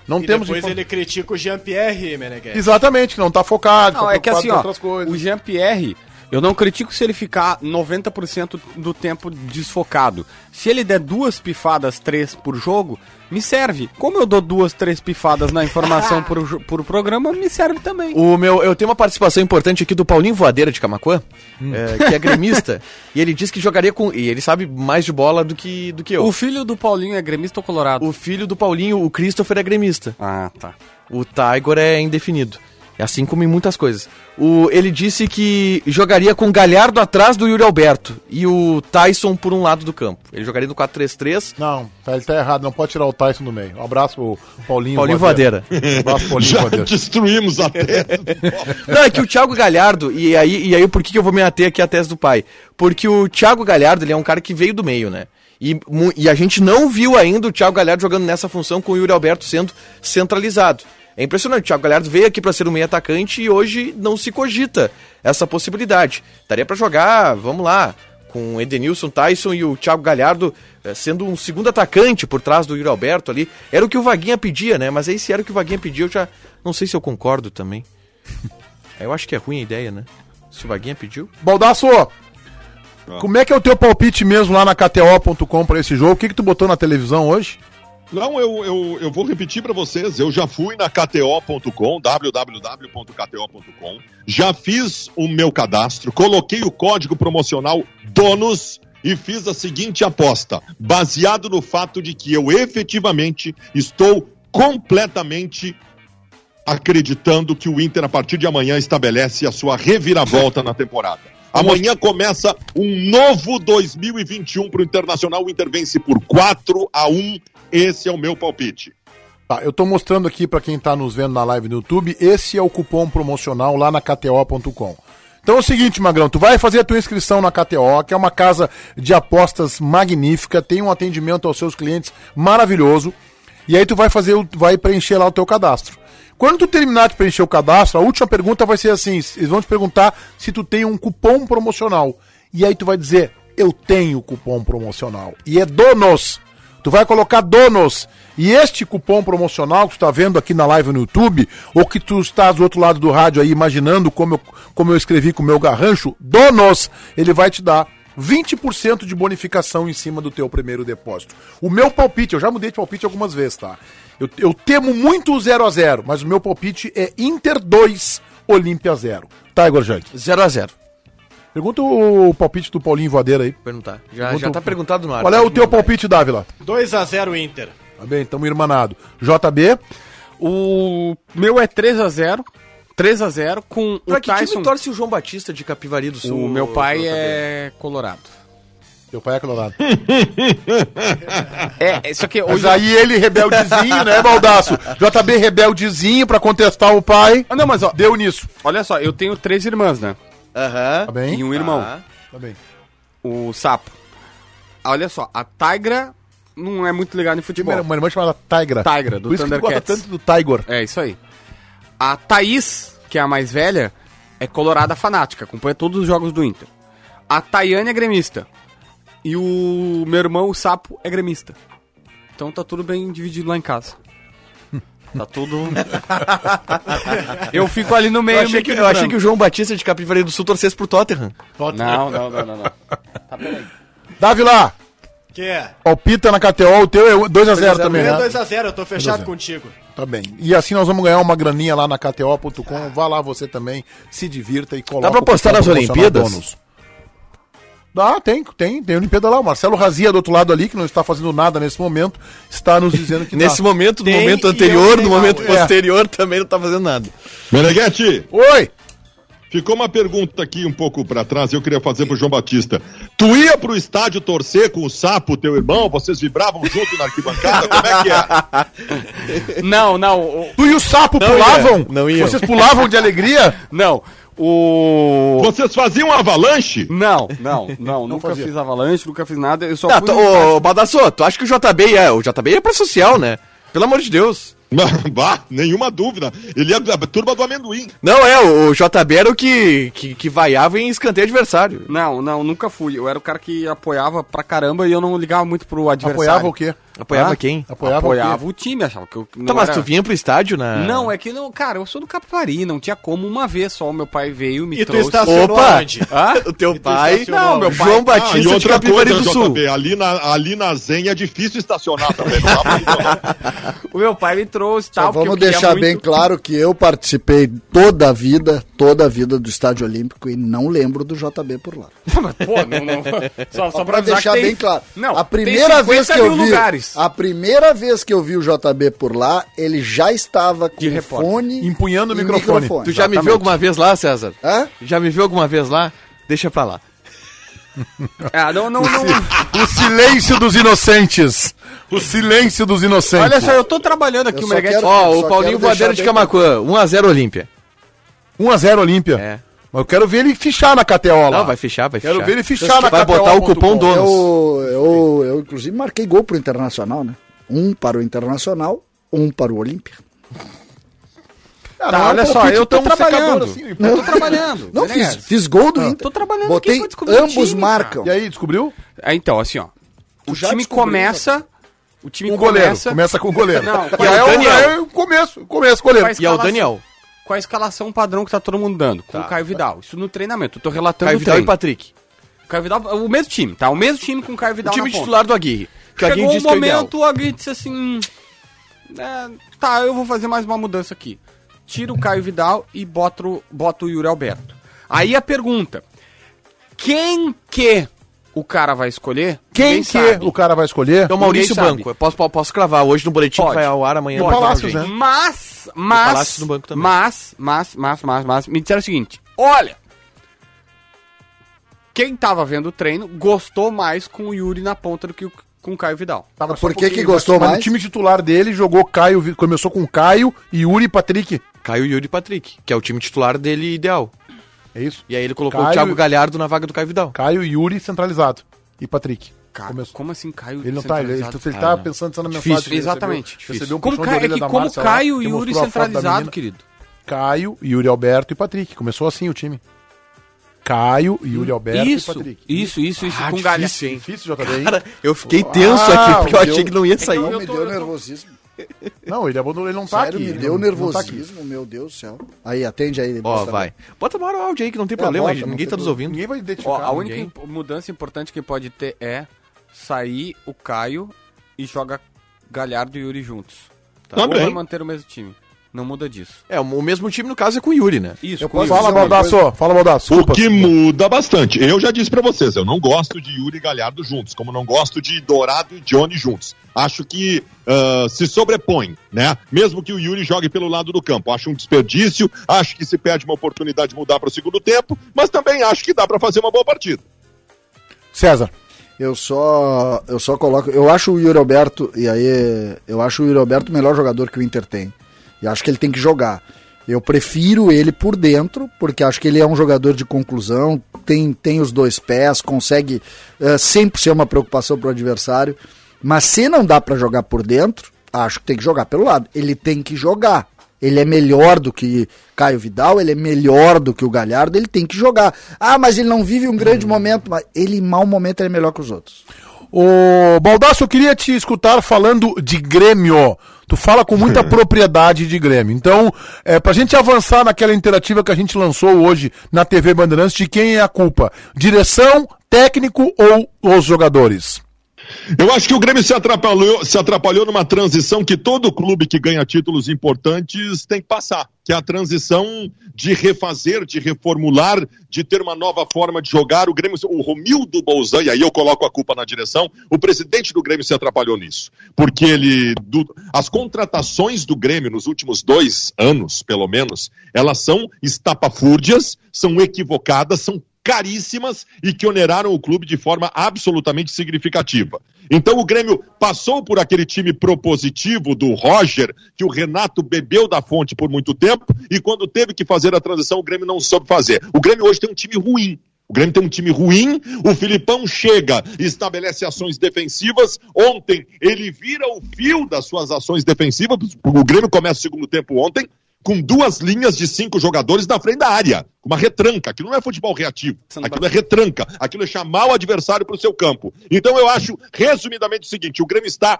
S2: Não
S4: E
S2: temos
S4: depois
S2: informa-
S4: ele critica o Jean-Pierre Meneghetti.
S2: Exatamente, que não tá focado,
S6: Não,
S2: tá
S6: é que
S2: preocupado
S6: assim,
S2: com
S6: ó,
S2: outras coisas.
S6: o Jean-Pierre, eu não critico se ele ficar 90% do tempo desfocado. Se ele der duas pifadas, três por jogo, me serve. Como eu dou duas, três pifadas na informação por, jo- por programa, me serve também.
S3: O meu, eu tenho uma participação importante aqui do Paulinho Voadeira de Camacuã,
S2: Hum.
S3: é, que é gremista, e ele diz que jogaria com. E ele sabe mais de bola do que, do que eu.
S6: O filho do Paulinho é gremista ou colorado?
S3: O filho do Paulinho, o Christopher, é gremista.
S6: Ah, tá.
S3: O Tiger é indefinido. É Assim como em muitas coisas. O, ele disse que jogaria com o Galhardo atrás do Yuri Alberto e o Tyson por um lado do campo. Ele jogaria no 4-3-3.
S2: Não, tá, ele tá errado, não pode tirar o Tyson do meio. Um abraço, o Paulinho.
S3: Paulinho Voadeira.
S2: Um abraço, Paulinho
S7: Já
S2: Voadeira.
S7: destruímos a tese.
S3: Não, é que o Thiago Galhardo, e aí, e aí por que, que eu vou me ater aqui à tese do pai? Porque o Thiago Galhardo, ele é um cara que veio do meio, né? E, mu- e a gente não viu ainda o Thiago Galhardo jogando nessa função com o Yuri Alberto sendo centralizado. É impressionante, o Thiago Galhardo veio aqui pra ser um meio atacante e hoje não se cogita essa possibilidade. Daria pra jogar, vamos lá, com o Edenilson Tyson e o Thiago Galhardo eh, sendo um segundo atacante por trás do Yuri Alberto ali. Era o que o Vaguinha pedia, né? Mas aí se era o que o Vaguinha pedia, eu já não sei se eu concordo também. Aí Eu acho que é ruim a ideia, né? Se o Vaguinha pediu.
S2: Baldaço, como é que é o teu palpite mesmo lá na KTO.com pra esse jogo? O que que tu botou na televisão hoje?
S7: Não, eu, eu, eu vou repetir para vocês. Eu já fui na KTO.com, www.kto.com. Já fiz o meu cadastro, coloquei o código promocional DONOS e fiz a seguinte aposta, baseado no fato de que eu efetivamente estou completamente acreditando que o Inter, a partir de amanhã, estabelece a sua reviravolta na temporada. Amanhã começa um novo 2021 para o um Internacional. O Inter vence por 4 a 1. Esse é o meu palpite.
S2: Tá, eu tô mostrando aqui pra quem tá nos vendo na live no YouTube, esse é o cupom promocional lá na KTO.com. Então é o seguinte, Magrão, tu vai fazer a tua inscrição na KTO, que é uma casa de apostas magnífica, tem um atendimento aos seus clientes maravilhoso, e aí tu vai fazer, o- vai preencher lá o teu cadastro. Quando tu terminar de preencher o cadastro, a última pergunta vai ser assim, eles vão te perguntar se tu tem um cupom promocional. E aí tu vai dizer, eu tenho cupom promocional. E é donos. Tu vai colocar donos. E este cupom promocional que tu está vendo aqui na live no YouTube, ou que tu está do outro lado do rádio aí imaginando como eu, como eu escrevi com o meu garrancho, donos, ele vai te dar 20% de bonificação em cima do teu primeiro depósito. O meu palpite, eu já mudei de palpite algumas vezes, tá? Eu, eu temo muito o 0 a 0 mas o meu palpite é Inter 2, Olímpia 0. Tá, Igor Jante?
S3: 0x0.
S2: Pergunta o palpite do Paulinho Voadeira aí.
S3: Perguntar. Já,
S2: Pergunta
S3: já
S2: o-
S3: tá perguntado no ar.
S2: Qual é o
S3: Pode
S2: teu
S3: mandar aí.
S2: palpite, Dávila?
S4: 2 a 0 Inter.
S2: Tá bem, tamo irmanado. JB?
S6: O meu é 3x0. 3x0 com
S3: Pra
S6: o
S3: que time
S6: Tyson.
S3: torce o João Batista de Capivari do Sul?
S6: O meu pai
S3: JB?
S6: é colorado.
S2: Teu pai é colorado.
S6: É, é, só que
S2: Mas
S6: hoje...
S2: aí ele rebeldezinho, né, Baldaço? JB rebeldezinho pra contestar o pai.
S6: Ah, Não, mas ó,
S2: Deu nisso.
S6: olha só, eu tenho três irmãs, né?
S3: Aham.
S2: Tá bem?
S6: E um irmão.
S3: Tá.
S2: Tá bem.
S6: O sapo. Ah, Olha só, a Tigra não é muito ligada em
S2: Tem
S6: futebol.
S2: uma, uma irmã chamada Tigra.
S6: Tigra, do
S2: Por isso que tu gosta
S6: Thundercats.
S2: tanto do Tiger.
S6: É, isso aí. A Thaís, que é a mais velha, é colorada fanática, acompanha todos os jogos do Inter. A Tayane é gremista. E o meu irmão, o Sapo, é gremista. Então tá tudo bem dividido lá em casa. Tá tudo. eu fico ali no meio.
S3: Eu achei, que, eu achei que o João Batista de Capivari do Sul torcesse pro Tottenham.
S6: Não, não, não, não. não.
S2: Davi lá.
S4: Que é?
S2: Palpita na KTO, o teu é 2x0
S4: O
S2: também,
S4: meu é
S2: né?
S4: 2 a 0 eu tô fechado contigo.
S2: Tá bem. E assim nós vamos ganhar uma graninha lá na KTO.com. Vá lá você também, se divirta e coloca.
S3: Dá pra
S2: o cupom
S3: apostar nas
S2: promocional
S3: Olimpíadas?
S2: Donos. Dá, tem, tem, tem Olimpíada lá. O Marcelo Razia do outro lado ali, que não está fazendo nada nesse momento, está nos dizendo que tá.
S3: Nesse
S2: dá.
S3: momento, no
S4: Tem
S3: momento
S4: e
S3: anterior,
S4: eu
S3: no
S4: tenho
S3: momento
S2: algo. É.
S3: posterior, também não tá fazendo nada.
S7: Meneghetti,
S2: Oi!
S7: ficou uma pergunta aqui um pouco pra trás, eu queria fazer pro João Batista. Tu ia pro estádio torcer com o sapo, teu irmão, vocês vibravam junto na arquibancada, como é que é?
S6: Não, não. o-
S2: Tu e o sapo
S3: Não
S2: pulavam?
S3: ia, não ia.
S2: Vocês pulavam de alegria?
S6: Não. O.
S7: Vocês faziam avalanche?
S6: Não, não, não. nunca
S2: fazia.
S6: fiz avalanche, nunca fiz nada. Eu só
S3: Tá,
S6: fui
S3: tu-
S6: no estádio.
S3: ô, Baldassô, tu acha que o JB é. O JB é pra social, né? Pelo amor de Deus.
S7: Não, bah, nenhuma dúvida. Ele é da turma do amendoim.
S3: Não, é, o o JB era o que, que, que vaiava em escanteio adversário.
S6: Não, não, nunca fui. Eu era o cara que apoiava pra caramba e eu não ligava muito pro adversário.
S2: Apoiava o quê?
S3: Apoiava
S6: Ah?
S3: quem?
S2: Apoiava,
S6: Apoiava
S2: o quê?
S6: o time, achava que eu não
S3: Tá, mas
S6: era-
S3: tu vinha pro estádio, né?
S6: Não, é que não, cara, eu sou do Capivari, não tinha como uma vez só. Meu pai veio, me
S4: E tu
S6: trouxe.
S4: estacionou
S3: Opa!
S4: onde?
S3: O teu pai.
S4: estacionou
S3: Não, meu
S4: onde?
S3: pai. João
S7: Ah, e
S3: Batista é de
S7: outra
S3: Capivari
S7: coisa,
S3: do Sul.
S7: JB, ali na, ali na Zenha é difícil estacionar também. Não dá pra ir, não.
S6: O meu pai me trouxe e
S5: Só
S6: tal. porque
S5: Então,
S6: eu
S5: vamos
S6: queria
S5: deixar
S6: muito.
S5: bem claro que eu participei toda a vida, toda a vida do Estádio Olímpico e não lembro do JB por lá.
S6: Pô, não, não. Só, só
S5: Pra
S6: avisar que
S5: deixar
S6: tem-
S5: bem claro.
S6: Não,
S5: a
S6: tem
S5: primeira vez
S6: 50
S5: que eu
S6: mil
S5: vi, Ah,
S6: lugares.
S5: a primeira vez que eu vi o JB por lá, ele já estava com o
S6: repórter.
S5: fone
S2: Empunhando o
S5: e
S2: microfone.
S3: Tu já me viu alguma vez lá, César?
S5: Hã?
S3: Já me viu alguma vez lá? Deixa pra lá.
S6: Ah, não, não, não.
S2: O silêncio dos inocentes. O silêncio dos inocentes.
S6: Olha só, eu tô trabalhando aqui,
S5: Eu
S6: o
S5: só
S6: Meneghete.
S5: quero-
S3: Ó,
S5: só
S3: o Paulinho
S5: quero deixar
S3: Voadeiro de
S5: bem
S3: Camacuã, 1x0 Olímpia.
S2: 1x0 Olímpia.
S3: É.
S2: Mas eu quero ver ele fichar na KTO lá.
S3: Não, vai fechar, vai fechar.
S2: Quero ver ele fichar na
S3: Vai botar o cupom
S2: do.
S3: donos.
S5: Eu, eu, eu, inclusive, marquei gol pro Internacional, né? Um para o Internacional, um para o Olímpia.
S2: é
S6: Tá,
S2: um
S6: olha só, eu tô trabalhando.
S2: assim,
S6: Eu tô trabalhando. tá
S5: Não
S6: Meneghete.
S5: fiz, fiz gol do Inter.
S6: Ah, tô trabalhando aqui
S5: Botei,
S6: pra descobrir o
S5: ambos
S6: time,
S5: marcam.
S2: E aí, descobriu?
S6: Ah, Então, assim, ó. O
S5: já
S6: time
S5: descobriu, Um
S6: começa. O time
S2: Com o Um goleiro.
S6: começa.
S2: Começa, com o goleiro.
S6: Não,
S2: e aí
S6: é
S2: é
S6: o
S2: o,
S6: Daniel.
S2: é o começo, começo, goleiro.
S6: Faz-
S3: E é o Daniel.
S6: com a escalação padrão que tá todo mundo dando, com o Caio Vidal. Isso no treinamento, eu tô relatando
S3: Caio
S6: o
S3: Vidal e
S6: treino.
S3: Patrick.
S6: O Caio Vidal, o mesmo time, tá? O mesmo time com o Caio
S3: O
S6: Vidal
S3: time
S6: na ponta.
S3: titular do Aguirre. Que alguém
S6: Chegou um
S3: disse que é o ideal.
S6: momento, o Aguirre disse assim... "Hum, é, tá, eu vou fazer mais uma mudança aqui. Tira o Caio Vidal e bota o, bota o Yuri Alberto. Aí a pergunta. Quem que o cara vai escolher?
S2: Quem
S6: ninguém
S2: que
S6: sabe.
S2: o cara vai escolher?
S3: Então, Maurício
S6: Ninguém
S3: Banco, eu posso, po- posso cravar hoje no boletim
S6: Pode.
S3: que vai ao ar amanhã.
S2: E
S3: vai dar uma
S2: Palácios,
S3: gente.
S2: né?
S6: Mas,
S3: Palácio
S6: mas,
S3: do Banco também.
S6: mas, mas, mas, mas, mas, me disseram o seguinte: olha, quem tava vendo o treino gostou mais com o Yuri na ponta do que o- com o Caio Vidal.
S2: Tava
S5: Por
S2: só um
S5: que que
S2: pouquinho,
S5: gostou
S2: mas
S5: mais?
S2: O time titular dele jogou Caio, Vi- começou com Caio, Yuri e Patrick.
S3: Caio Yuri e Patrick, que é o time titular dele ideal.
S2: É isso?
S3: E aí ele colocou o
S2: Caio-
S3: Thiago Galhardo na vaga do Caio Vidal.
S2: Caio, Yuri centralizado e Patrick.
S6: Cara,
S2: Começou.
S6: como assim Caio
S2: Ele não tá, ele, ele,
S6: centralizado?
S2: ele tá pensando só na mensagem.
S6: Difícil,
S2: que ele recebeu.
S6: exatamente, difícil.
S2: Recebeu um
S6: Como,
S2: puxão de
S6: Ca- é
S2: orelha
S6: que
S2: da
S6: como
S2: Márcia lá,
S6: Caio
S2: que
S6: e
S2: mostrou
S6: Yuri
S2: a foto da
S6: centralizado,
S2: menina.
S6: querido?
S2: Caio, Yuri Alberto e Patrick. Começou assim o time. Caio, Yuri Alberto e
S6: Isso,
S2: Patrick.
S6: isso, isso, isso, com
S2: difícil,
S6: Galhardo.
S2: difícil jogar bem.
S3: Cara, eu fiquei tenso
S2: Ah,
S3: aqui, porque eu
S2: meu
S3: achei que não ia sair.
S5: me deu nervosismo.
S2: Não, ele abandonou, ele não tá
S5: Sério,
S2: aqui.
S5: me
S2: ele não-
S5: deu
S2: não tá aqui.
S5: nervosismo, meu Deus do céu. Aí, atende aí.
S3: Ó,
S5: depois tá
S3: vai. Bota maior o áudio aí que não tem
S5: É,
S3: problema,
S5: bota,
S3: gente,
S5: não
S3: ninguém
S5: tem
S3: tá nos
S5: problema.
S3: ouvindo.
S2: Ninguém vai identificar.
S6: Ó, a única
S3: ninguém.
S6: imp- mudança importante que pode ter é sair o Caio e joga Galhardo e Yuri juntos. Tá?
S7: Tá
S6: Ou
S7: bem.
S6: vai manter o mesmo time. Não muda disso.
S3: É, o mesmo time no caso é com o Yuri, né?
S6: Isso,
S5: Eu
S6: com o
S5: posso
S6: Yuri.
S2: Fala,
S5: Isso é uma
S2: Baldasso. Fala, Baldasso.
S7: O
S2: Desculpa.
S7: que muda bastante. Eu já disse pra vocês, eu não gosto de Yuri e Galhardo juntos, como não gosto de Dourado e Johnny juntos. Acho que ah, se sobrepõem, né? Mesmo que o Yuri jogue pelo lado do campo. Acho um desperdício, acho que se perde uma oportunidade de mudar para o segundo tempo, mas também acho que dá pra fazer uma boa partida.
S2: César.
S5: Eu só, eu só coloco. Eu acho o Yuri Alberto, e aí eu acho o Yuri Alberto o melhor jogador que o Inter tem. E acho que ele tem que jogar. Eu prefiro ele por dentro, porque acho que ele é um jogador de conclusão, tem, tem os dois pés, consegue eh, sempre ser uma preocupação pro adversário. Mas se não dá pra jogar por dentro, acho que tem que jogar pelo lado. Ele tem que jogar. Ele é melhor do que Caio Vidal, ele é melhor do que o Galhardo, ele tem que jogar. Ah, mas ele não vive um grande
S3: Uhum.
S5: momento, mas ele em mau momento ele é melhor que os outros.
S2: Ô, Baldasso, eu queria te escutar falando de Grêmio. Tu fala com muita propriedade de Grêmio. Então, é, pra gente avançar naquela interativa que a gente lançou hoje na TV Bandeirantes, de quem é a culpa? Direção, técnico ou os jogadores?
S7: Eu acho que o Grêmio se atrapalhou, se atrapalhou numa transição que todo clube que ganha títulos importantes tem que passar, que é a transição de refazer, de reformular, de ter uma nova forma de jogar. O Grêmio, o Romildo Bolzan, e aí eu coloco a culpa na direção, o presidente do Grêmio se atrapalhou nisso, porque ele do- as contratações do Grêmio nos últimos dois anos, pelo menos, elas são estapafúrdias, são equivocadas, são caríssimas e que oneraram o clube de forma absolutamente significativa. Então o Grêmio passou por aquele time propositivo do Roger, que o Renato bebeu da fonte por muito tempo, e quando teve que fazer a transição, o Grêmio não soube fazer. O Grêmio hoje tem um time ruim. O Grêmio tem um time ruim, o Filipão chega e estabelece ações defensivas. Ontem ele vira o fio das suas ações defensivas. O Grêmio começa o segundo tempo ontem com duas linhas de cinco jogadores na frente da área, com uma retranca. Aquilo não é futebol reativo, aquilo é retranca, aquilo é chamar o adversário para o seu campo. Então eu acho, resumidamente, o seguinte: o Grêmio está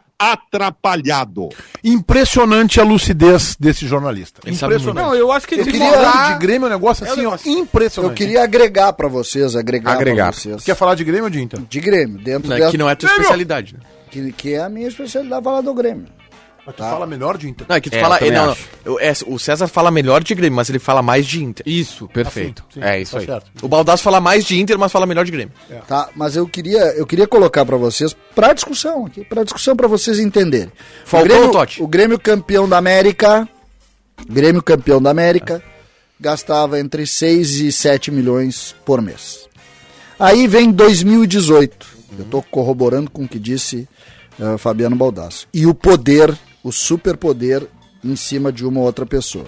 S7: atrapalhado.
S2: Impressionante a lucidez desse jornalista.
S3: Ele sabe
S2: Impressionante.
S6: Não, eu acho que
S2: Eu
S6: ele
S2: queria falar de Grêmio, é um negócio assim, ó, impressionante.
S5: Eu queria agregar pra vocês, agregar, pra
S6: Agregar.
S5: vocês.
S2: Quer falar de Grêmio ou de Inter?
S5: De Grêmio, dentro
S3: Né,
S5: da-
S3: que não é a tua especialidade. né?
S5: que, que é a minha especialidade falar do Grêmio.
S2: Mas
S6: Tá.
S2: tu fala melhor de Inter.
S3: Não, é que tu
S6: É,
S3: fala.
S6: eu também
S3: não, não.
S6: acho.
S3: Eu- é, o César fala melhor de Grêmio, mas ele fala mais de Inter. Tá
S6: Isso, perfeito.
S2: Sim, sim,
S6: é isso
S2: tá
S6: aí.
S2: certo.
S3: O Baldasso fala mais de Inter, mas fala melhor de Grêmio.
S5: Tá, mas eu queria, eu queria colocar pra vocês para discussão aqui, para discussão para vocês entenderem.
S3: Falcão
S5: o Grêmio,
S3: ou Totti?
S5: o Grêmio campeão da América, Grêmio campeão da
S3: É.
S5: América, gastava entre 6 e 7 milhões por mês. Aí vem 2018. Eu tô corroborando com o que disse eh, Fabiano Baldasso. E o poder, o superpoder em cima de uma outra pessoa.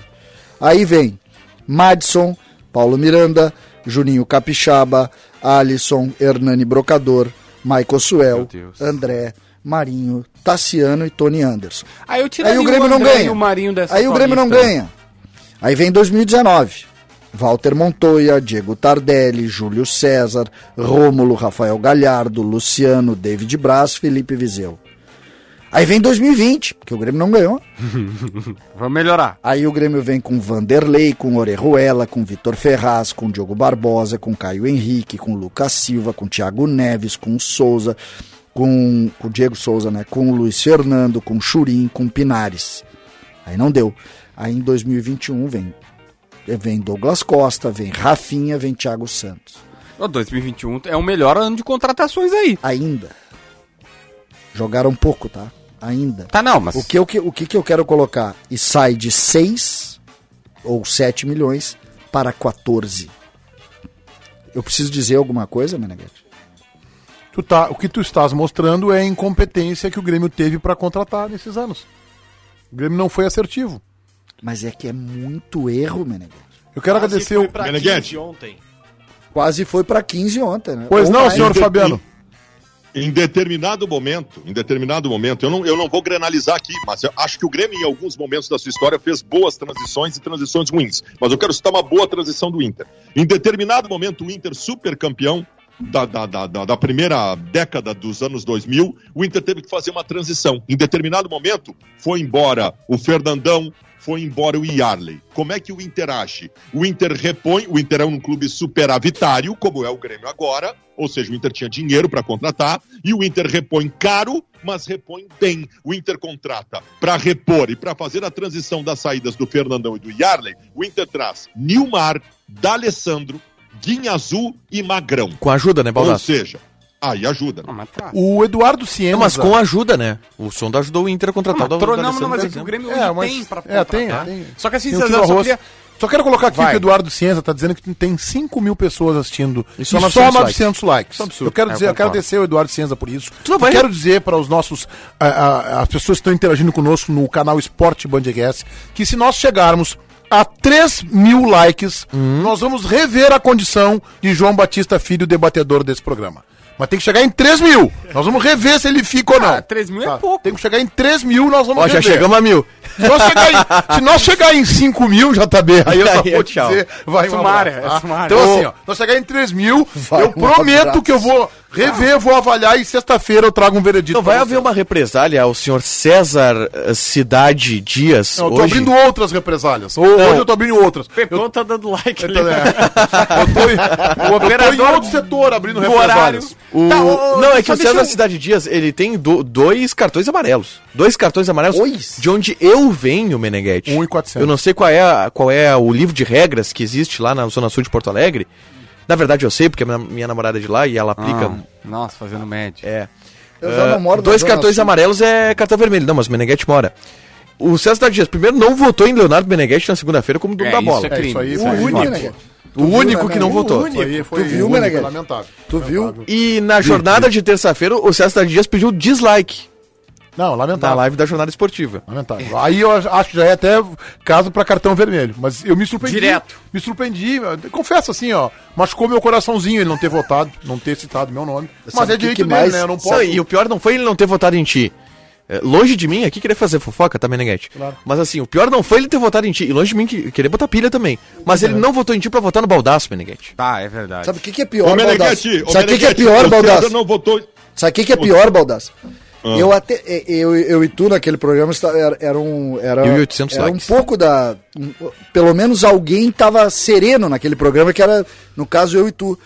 S5: Aí vem Madison, Paulo Miranda, Juninho Capixaba, Alisson, Hernani Brocador, Michael Suel, André, Marinho, Tassiano e Tony Anderson.
S6: Aí eu tiraria
S5: Aí o Grêmio não
S6: André
S5: ganha.
S6: e o Marinho dessa
S5: Aí o Grêmio não
S6: paulista. né?
S5: ganha. Aí vem 2019. Walter Montoya, Diego Tardelli, Júlio César, Rômulo, Rafael Galhardo, Luciano, David Braz, Felipe Vizeu. Aí vem 2020, porque o Grêmio não ganhou.
S6: Vamos melhorar.
S5: Aí o Grêmio vem com Vanderlei, com Orejuela, com Vitor Ferraz, com Diogo Barbosa, com Caio Henrique, com Lucas Silva, com Thiago Neves, com Souza, com, com Diego Souza, né? Com Luiz Fernando, com Churim, com Pinares. Aí não deu. Aí em 2021 vem, vem Douglas Costa, vem Rafinha, vem Thiago Santos.
S6: Ó, 2021 é o melhor ano de contratações aí.
S5: Ainda. Jogaram pouco, tá? Ainda.
S6: Tá, não, mas.
S5: O que, eu que- o que que eu quero colocar? E sai de 6 ou 7 milhões para 14. Eu preciso dizer alguma coisa, Meneghete?
S2: Tu tá, o que tu estás mostrando é a incompetência que o Grêmio teve para contratar nesses anos. O Grêmio não foi assertivo.
S5: Mas é que é muito erro, Meneghete.
S2: Eu quero
S4: Quase
S2: agradecer
S4: foi
S2: o.
S4: pra
S7: Meneghete.
S4: 15 ontem.
S5: Quase foi para 15 ontem, né?
S2: Pois não,
S5: Ontem.
S2: senhor
S7: Entendi.
S2: Fabiano.
S7: Em determinado momento, em determinado momento, eu não, eu não vou granalizar aqui, mas eu acho que o Grêmio, em alguns momentos da sua história, fez boas transições e transições ruins. Mas eu quero citar uma boa transição do Inter. Em determinado momento, o Inter super campeão da, da, da, da, da primeira década dos anos 2000, o Inter teve que fazer uma transição. Em determinado momento, foi embora o Fernandão, foi embora o Yarley. Como é que o Inter age? O Inter repõe, o Inter é um clube superavitário, como é o Grêmio agora, ou seja, o Inter tinha dinheiro para contratar, e o Inter repõe caro, mas repõe bem. O Inter contrata para repor e para fazer a transição das saídas do Fernandão e do Yarley, o Inter traz Nilmar, D'Alessandro, Guinhazul e Magrão.
S3: Com ajuda, né,
S7: Ou
S3: Baldasso?
S7: seja, aí ajuda.
S6: Ah, mas tá.
S2: O Eduardo Cienza.
S3: Não, mas com ajuda, né? O Sondo ajudou o Inter a contratar o
S6: Tro- não,
S3: Alessandro,
S6: não, mas é
S3: por
S6: que o
S3: exemplo.
S6: Grêmio hoje
S2: É, mas-
S6: tem pra
S2: é,
S6: contratar.
S2: tem, tem.
S6: Só que assim,
S2: Tem o
S6: Cezão,
S2: Tio
S6: eu só
S2: Arroz.
S6: queria...
S2: Só quero colocar aqui
S6: Vai.
S2: que o Eduardo Cienza tá dizendo que tem 5 mil pessoas assistindo e só 900,
S3: 900
S2: likes.
S3: Isso é um absurdo.
S2: Eu quero
S3: É, eu
S2: dizer, eu quero
S3: concordo.
S2: agradecer o Eduardo Cienza por isso.
S3: Tu não
S2: Eu
S3: vai-
S2: quero dizer para os nossos, a- a- as pessoas que estão interagindo conosco no canal Esporte Bandegues, que se nós chegarmos a 3 mil likes, nós vamos rever a condição de João Batista Filho, debatedor desse programa. Mas tem que chegar em 3 mil. Nós vamos rever se ele fica ou não. Tá.
S6: Ah, 3 mil é pouco.
S2: Tem que chegar em 3 mil, nós vamos
S3: Ó, já
S2: rever.
S3: chegamos a mil.
S2: Se nós chegar em, se nós chegar em 5 mil, já tá bem. Aí eu só
S3: Aí é
S2: vou te
S3: tchau.
S2: dizer, vai um
S6: Sumária,
S2: abraço,
S6: é sumária.
S2: Então
S6: Ô.
S2: assim, ó, nós chegar em 3 mil,
S5: Vai
S2: eu
S5: um
S2: prometo
S5: abraço.
S2: que eu vou rever, vou avaliar e sexta-feira eu trago um veredito.
S3: Não vai
S2: pra
S3: haver uma represália ao senhor César eh, Cidade Dias
S2: você. Não, eu tô
S3: hoje?
S2: abrindo outras represálias. Ou- Hoje eu tô abrindo outras.
S6: Pepão tá dando like
S2: Então, é, eu tô, em- eu tô em
S6: operador
S2: outro setor abrindo
S6: do horário.
S2: represálias.
S3: O-
S6: Tá, ô, ô,
S3: não, é que
S6: só
S3: o
S6: deixa
S3: César
S6: eu-
S3: Cidade Dias, ele tem do- dois cartões amarelos. Dois cartões amarelos
S5: Dois?
S3: de onde eu venho, Meneghetti.
S2: Um e quatrocentos.
S3: Eu não sei qual é, a- qual é o livro de regras que existe lá na Zona Sul de Porto Alegre. Na verdade eu sei, porque a minha, minha namorada é de lá e ela aplica...
S6: Ah, nossa, fazendo média.
S3: É.
S5: Eu já
S3: Ah,
S5: não moro na
S3: dois
S5: Zona
S3: cartões
S5: Sul.
S3: amarelos é cartão vermelho. Não, mas o Meneghetti mora. O César Cidade Dias, primeiro, não votou em Leonardo Meneghetti na segunda-feira como dono
S6: É,
S3: da
S6: isso
S3: bola.
S6: é crime.
S5: O
S2: foi-
S5: único,
S2: foi-
S5: né?
S3: O único que não
S5: O
S3: votou.
S2: Isso aí foi
S5: Tu viu,
S2: único,
S5: Meneghel?
S2: lamentável.
S5: Tu viu?
S3: E na jornada de terça-feira, o César Cidade Dias pediu dislike Tá
S2: Não,
S3: na
S2: lamentável.
S3: live da jornada esportiva.
S2: Lamentável. Aí eu acho que já é até caso pra cartão vermelho. Mas eu me surpreendi.
S6: Direto.
S2: Me surpreendi. Confesso assim, ó. Machucou meu coraçãozinho ele não ter votado, não ter citado meu nome. mas
S5: Sabe
S2: é
S5: o que
S2: direito
S5: que
S2: dele,
S5: mais-
S2: né? Eu não
S3: Não,
S2: posso.
S3: e o pior não foi ele não ter votado em ti. É, Longe de mim, aqui querer fazer fofoca, tá, Meneghete? Mas assim, o pior não foi ele ter votado em ti. E longe de mim que- querer botar pilha também. Mas ele não votou em ti pra votar no Baldaço, Meneghete.
S6: Tá, é verdade.
S5: Sabe o que, que é
S7: Ô,
S5: pior, Baldassi?
S7: Meneghete, ô,
S5: Sabe o que, que é
S7: Meneghete,
S5: pior,
S7: o César
S5: Baldassi?
S7: não votou...
S5: Sabe o que, que é pior, Baldaço? Eu, até, eh, eu, eu e tu naquele programa está- era, era um. Era,
S3: 1.800
S5: era um
S3: likes.
S5: pouco da. um- pelo menos alguém estava sereno naquele programa, que era, no caso, eu e tu.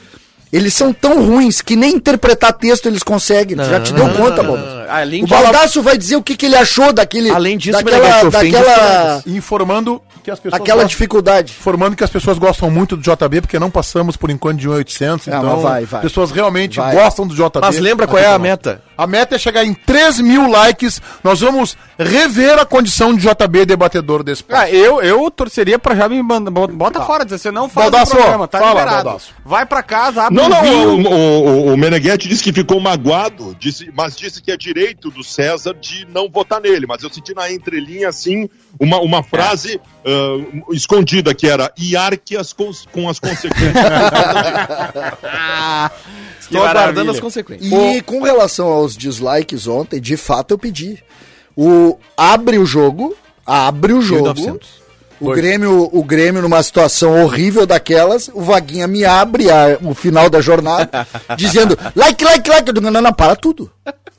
S5: Eles são tão ruins que nem interpretar texto eles conseguem. Tu já te deu conta, Baldasso?
S3: Além
S5: O
S3: de-
S5: Baldasso vai dizer o que, que ele achou daquele.
S3: Além disso, é Meneghete,
S5: daquela,
S3: ofende
S5: daquela,
S2: Informando que as pessoas.
S5: daquela
S2: gostam-
S5: dificuldade.
S2: Informando que as pessoas gostam muito do JB, porque não passamos por enquanto de 1,800.
S5: Ah,
S2: então,
S5: mas vai, vai.
S2: as pessoas realmente
S5: Vai.
S2: gostam do JB.
S3: Mas lembra qual é a meta?
S2: A meta é chegar em 3 mil likes. Nós vamos rever a condição de JB debatedor desse
S6: Ah, eu, eu torceria pra já me mandar. Bota fora, dizer assim, não faz
S2: Baldasso,
S6: o programa, tá
S2: fala,
S6: liberado.
S2: Baldasso.
S6: Vai pra casa, abre
S7: Não,
S6: um
S7: não,
S6: vinho.
S7: o, o, o- o Meneghetti disse que ficou magoado, disse, mas disse que é direito do César de não votar nele. Mas eu senti na entrelinha, assim, uma, uma frase ah, escondida, que era hierarquias com, com as consequências.
S3: Estou aguardando
S6: maravilha.
S3: as consequências.
S5: E com relação aos dislikes ontem, de fato eu pedi. O abre o jogo, abre o jogo.
S3: 1900.
S5: O Grêmio, o Grêmio numa situação horrível daquelas, o Vaguinha me abre a- o final da jornada dizendo: "Like, like, like". Eu digo, não, não, para tudo.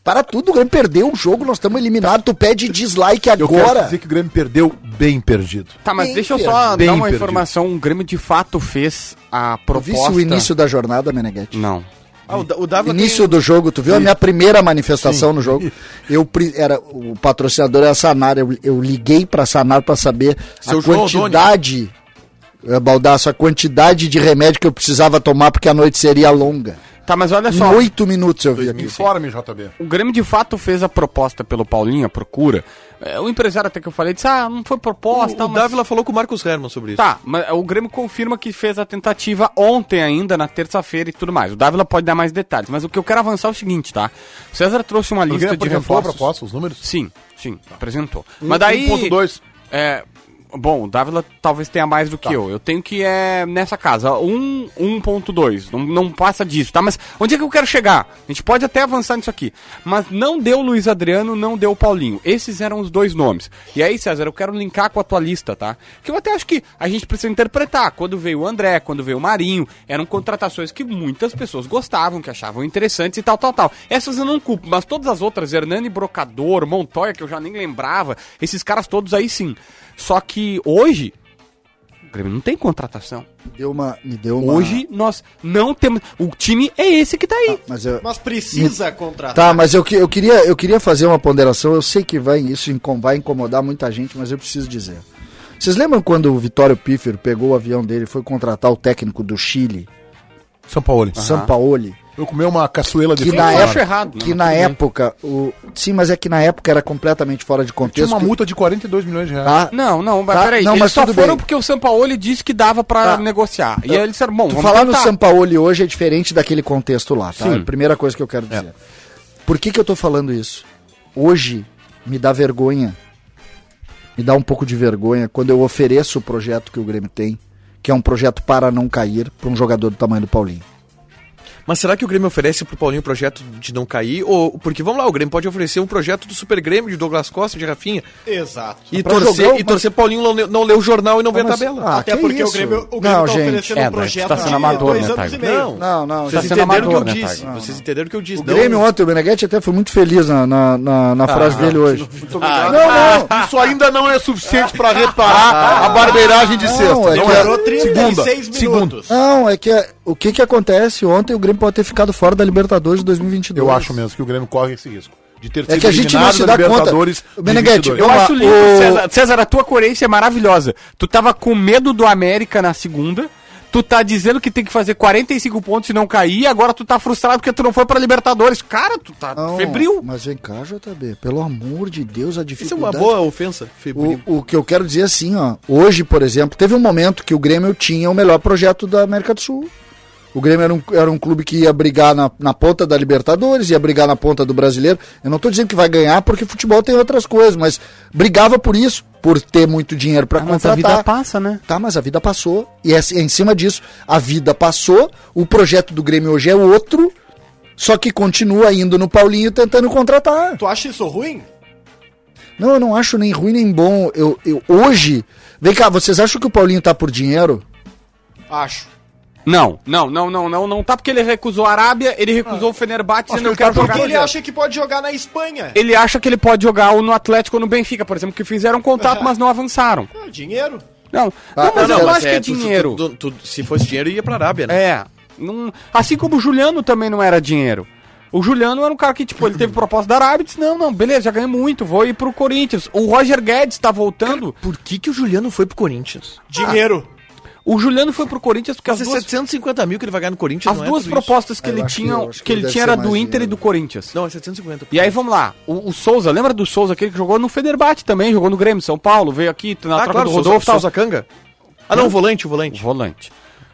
S5: Para tudo, o Grêmio perdeu o jogo, nós estamos eliminados, tu pede dislike
S2: Eu quero
S5: agora.
S2: dizer que o Grêmio perdeu bem perdido.
S6: Tá, mas
S5: Bem
S6: deixa eu só
S2: perdido. Bem
S6: dar uma
S2: perdido.
S6: informação. O Grêmio de fato fez a
S5: Tu visse
S6: proposta.
S5: o início da jornada, Meneghete?
S6: Não.
S3: Ah, o, Da- o Dávila
S5: início do jogo, tu viu a minha primeira manifestação no jogo? Eu pri- era o patrocinador era a Sanar, eu, eu liguei pra Sanar pra saber
S3: Seu
S5: a
S3: João
S5: quantidade eh, Baldaço, a quantidade de remédio que eu precisava tomar porque a noite seria longa.
S6: Tá, mas olha
S5: Em
S6: só.
S5: oito minutos eu vi aqui.
S2: Informe, JB.
S6: O Grêmio de fato fez a proposta pelo Paulinho, a procura. É, O empresário até que eu falei disse: ah, não foi proposta,
S3: o
S6: mas.
S3: Dávila falou com o Marcos Herman sobre isso.
S6: Tá, mas o Grêmio confirma que fez a tentativa ontem ainda, na terça-feira e tudo mais. O Dávila pode dar mais detalhes, mas o que eu quero avançar é o seguinte, tá? O César trouxe uma
S2: O
S6: lista
S2: Grêmio
S6: de
S2: apresentou a
S6: reforços.
S2: proposta, Tá. Um os números?
S6: Sim, sim, apresentou. Mas daí.
S2: 1.2.
S6: É, bom, o Dávila talvez tenha mais
S2: Tá.
S6: do que eu. Eu tenho que é nessa casa, um- 1.2. Não, não passa disso, tá? Mas onde é que eu quero chegar? A gente pode até avançar nisso aqui. Mas não deu Luiz Adriano, não deu Paulinho. Esses eram os dois nomes. E aí, César, eu quero linkar com a tua lista, tá? Que eu até acho que a gente precisa interpretar. Quando veio o André, quando veio o Marinho, eram contratações que muitas pessoas gostavam, que achavam interessantes e tal, tal, tal. Essas eu não culpo, mas todas as outras, Hernani Brocador, Montoya, que eu já nem lembrava, esses caras todos aí sim. Só que hoje, o Grêmio não tem contratação.
S5: Me deu uma. Me deu uma...
S6: Hoje nós não temos. O time é esse que tá aí.
S5: Mas eu,
S4: Mas precisa contratar.
S5: Tá, mas eu, que- eu, queria, eu queria fazer uma ponderação. Eu sei que vai, isso incom- vai incomodar muita gente, mas eu preciso dizer. Vocês lembram quando o Vitório Pífero pegou o avião dele e foi contratar o técnico do Chile,
S2: São Paulo.
S5: Sampaoli?
S2: Eu comi uma caçoeila de
S5: Que é
S2: frango
S5: na,
S6: eu
S2: lá.
S6: acho errado,
S5: época,
S6: né?
S5: que
S6: Mas
S5: na
S6: tudo bem.
S5: época. O... Sim, mas é que na época era completamente fora de
S2: Tinha
S5: contexto.
S2: uma
S5: que-
S2: multa de 42 milhões de reais.
S5: tá?
S6: Não, não, mas
S5: Tá,
S6: peraí.
S5: não,
S6: eles
S5: mas
S6: só
S5: tudo
S6: foram
S5: bem.
S6: porque o Sampaoli disse que dava
S5: Tá.
S6: pra negociar. E aí eles disseram, bom,
S5: Tu
S6: vamos
S5: falar no
S6: tentar.
S5: Sampaoli hoje é diferente daquele contexto lá, tá?
S6: Sim.
S5: É a primeira coisa que eu quero dizer. Por que, que eu tô falando isso? Hoje me dá vergonha. Me dá um pouco de vergonha quando eu ofereço o projeto que o Grêmio tem, que é um projeto para não cair, para um jogador do tamanho do Paulinho.
S3: Mas será que o Grêmio oferece pro Paulinho o projeto de não cair? Ou porque vamos lá, o Grêmio pode oferecer um projeto do Super Grêmio de Douglas Costa, de Rafinha
S4: Exato.
S3: e
S5: pra
S3: torcer
S5: jogar o-
S3: e torcer pro Paulinho não, le- não ler o jornal e não ver a
S5: mas-
S3: tabela.
S5: Ah,
S4: Até
S5: que
S4: porque
S5: isso?
S4: o Grêmio, o Grêmio
S5: Não,
S4: tá
S5: gente.
S4: oferecendo
S6: É,
S4: um
S6: mas tu
S4: projeto
S6: tá sendo amador,
S4: dois
S6: né,
S4: anos
S6: Tiger?
S4: e meio.
S5: Não, não.
S3: Vocês
S5: gente.
S6: sendo
S3: entenderam o que eu
S6: amador, né,
S3: disse.
S6: Tiger?
S3: Vocês entenderam o que eu disse.
S5: O Grêmio ontem, o Meneghete até foi muito feliz na, na, na, na frase dele hoje.
S2: Ah,
S5: não,
S2: não, Isso ainda não é suficiente para reparar a barbeiragem de
S5: Ah, Não,
S2: sexta.
S5: é
S2: Não
S5: que-
S4: Demorou
S2: é.
S4: 36
S2: segunda.
S4: minutos.
S5: Não, é que é- o que que acontece ontem o Grêmio pode ter ficado fora da Libertadores de 2022.
S2: Eu acho mesmo que o Grêmio corre esse risco. De ter
S5: É que a gente não
S2: eliminado
S5: se
S2: da
S5: dá conta.
S2: Libertadores de
S5: Meneghete,
S2: 22.
S6: Eu
S5: Uma-
S6: acho lindo,
S5: o-
S6: César, César, a tua coerência é maravilhosa. Tu tava com medo do América na segunda, tu tá dizendo que tem que fazer 45 pontos e não cair, e agora tu tá frustrado porque tu não foi pra Libertadores. Cara, tu tá
S5: Não,
S6: febril.
S5: Mas vem cá, JB, pelo amor de Deus,
S3: Isso
S5: a
S3: é
S5: dificuldade.
S3: uma boa ofensa, febril.
S5: O, o que eu quero dizer assim, ó. Hoje, por exemplo, teve um momento que o Grêmio tinha o melhor projeto da América do Sul. O Grêmio era um, era um clube que ia brigar na, na ponta da Libertadores, ia brigar na ponta do brasileiro. Eu não tô dizendo que vai ganhar, porque futebol tem outras coisas, mas brigava por isso, por ter muito dinheiro para contratar.
S6: passa, né?
S5: Tá, mas a vida passou. E é, é em cima disso, a vida passou, o projeto do Grêmio hoje é outro, só que continua indo no Paulinho tentando contratar.
S4: Tu acha isso ruim?
S5: Não, eu não acho nem ruim nem bom. Eu, eu hoje. Vem cá, vocês acham que o Paulinho tá por dinheiro?
S4: Acho.
S6: Não, não, não, não, não, não tá porque ele recusou a Arábia, ele recusou o Fenerbahçe
S2: Acho
S6: e não
S2: que ele
S6: quer
S2: tá
S6: jogar.
S4: Porque
S2: jogando
S6: no
S4: ele
S2: Rogério.
S4: acha que pode jogar na Espanha.
S6: ele acha que ele pode jogar ou no Atlético ou no Benfica, por exemplo, que fizeram contato, mas não avançaram.
S4: Ah, dinheiro.
S6: Não, não mas eu não acho que é
S3: tu- tu-
S6: dinheiro.
S3: tu- tu- tu- se fosse dinheiro, ia pra Arábia, né?
S6: É, não- assim como o Juliano também não era dinheiro. O Juliano era um cara que, tipo, ele teve proposta da Arábia e disse, não, não, beleza, já ganhei muito, vou ir pro Corinthians. O Roger Guedes tá voltando.
S3: Por que, que o Juliano foi pro Corinthians?
S4: Dinheiro.
S6: O Juliano foi pro Corinthians porque as
S3: Quase
S6: duas,
S3: 750 mil que ele vai ganhar no Corinthians
S6: as
S3: é não
S6: duas
S3: é tudo isso.
S6: propostas que
S5: Ah, eu
S6: ele
S5: acho que-
S6: tinha,
S5: eu
S6: que,
S5: acho que
S6: ele
S5: deve
S6: tinha
S5: ser
S6: era do
S5: mais
S6: Inter e
S5: dinheiro.
S6: do Corinthians.
S3: Não, é 750.
S6: E aí vamos lá, o, o Souza, lembra do Souza, aquele que jogou no Fenerbahçe também, jogou no Grêmio, São Paulo, veio aqui na
S3: Ah,
S6: troca
S3: claro,
S6: do
S3: Souza-
S6: Rodolfo e tal.
S3: Souza Canga? Ah, não, o volante, o
S6: O
S3: volante.
S6: volante.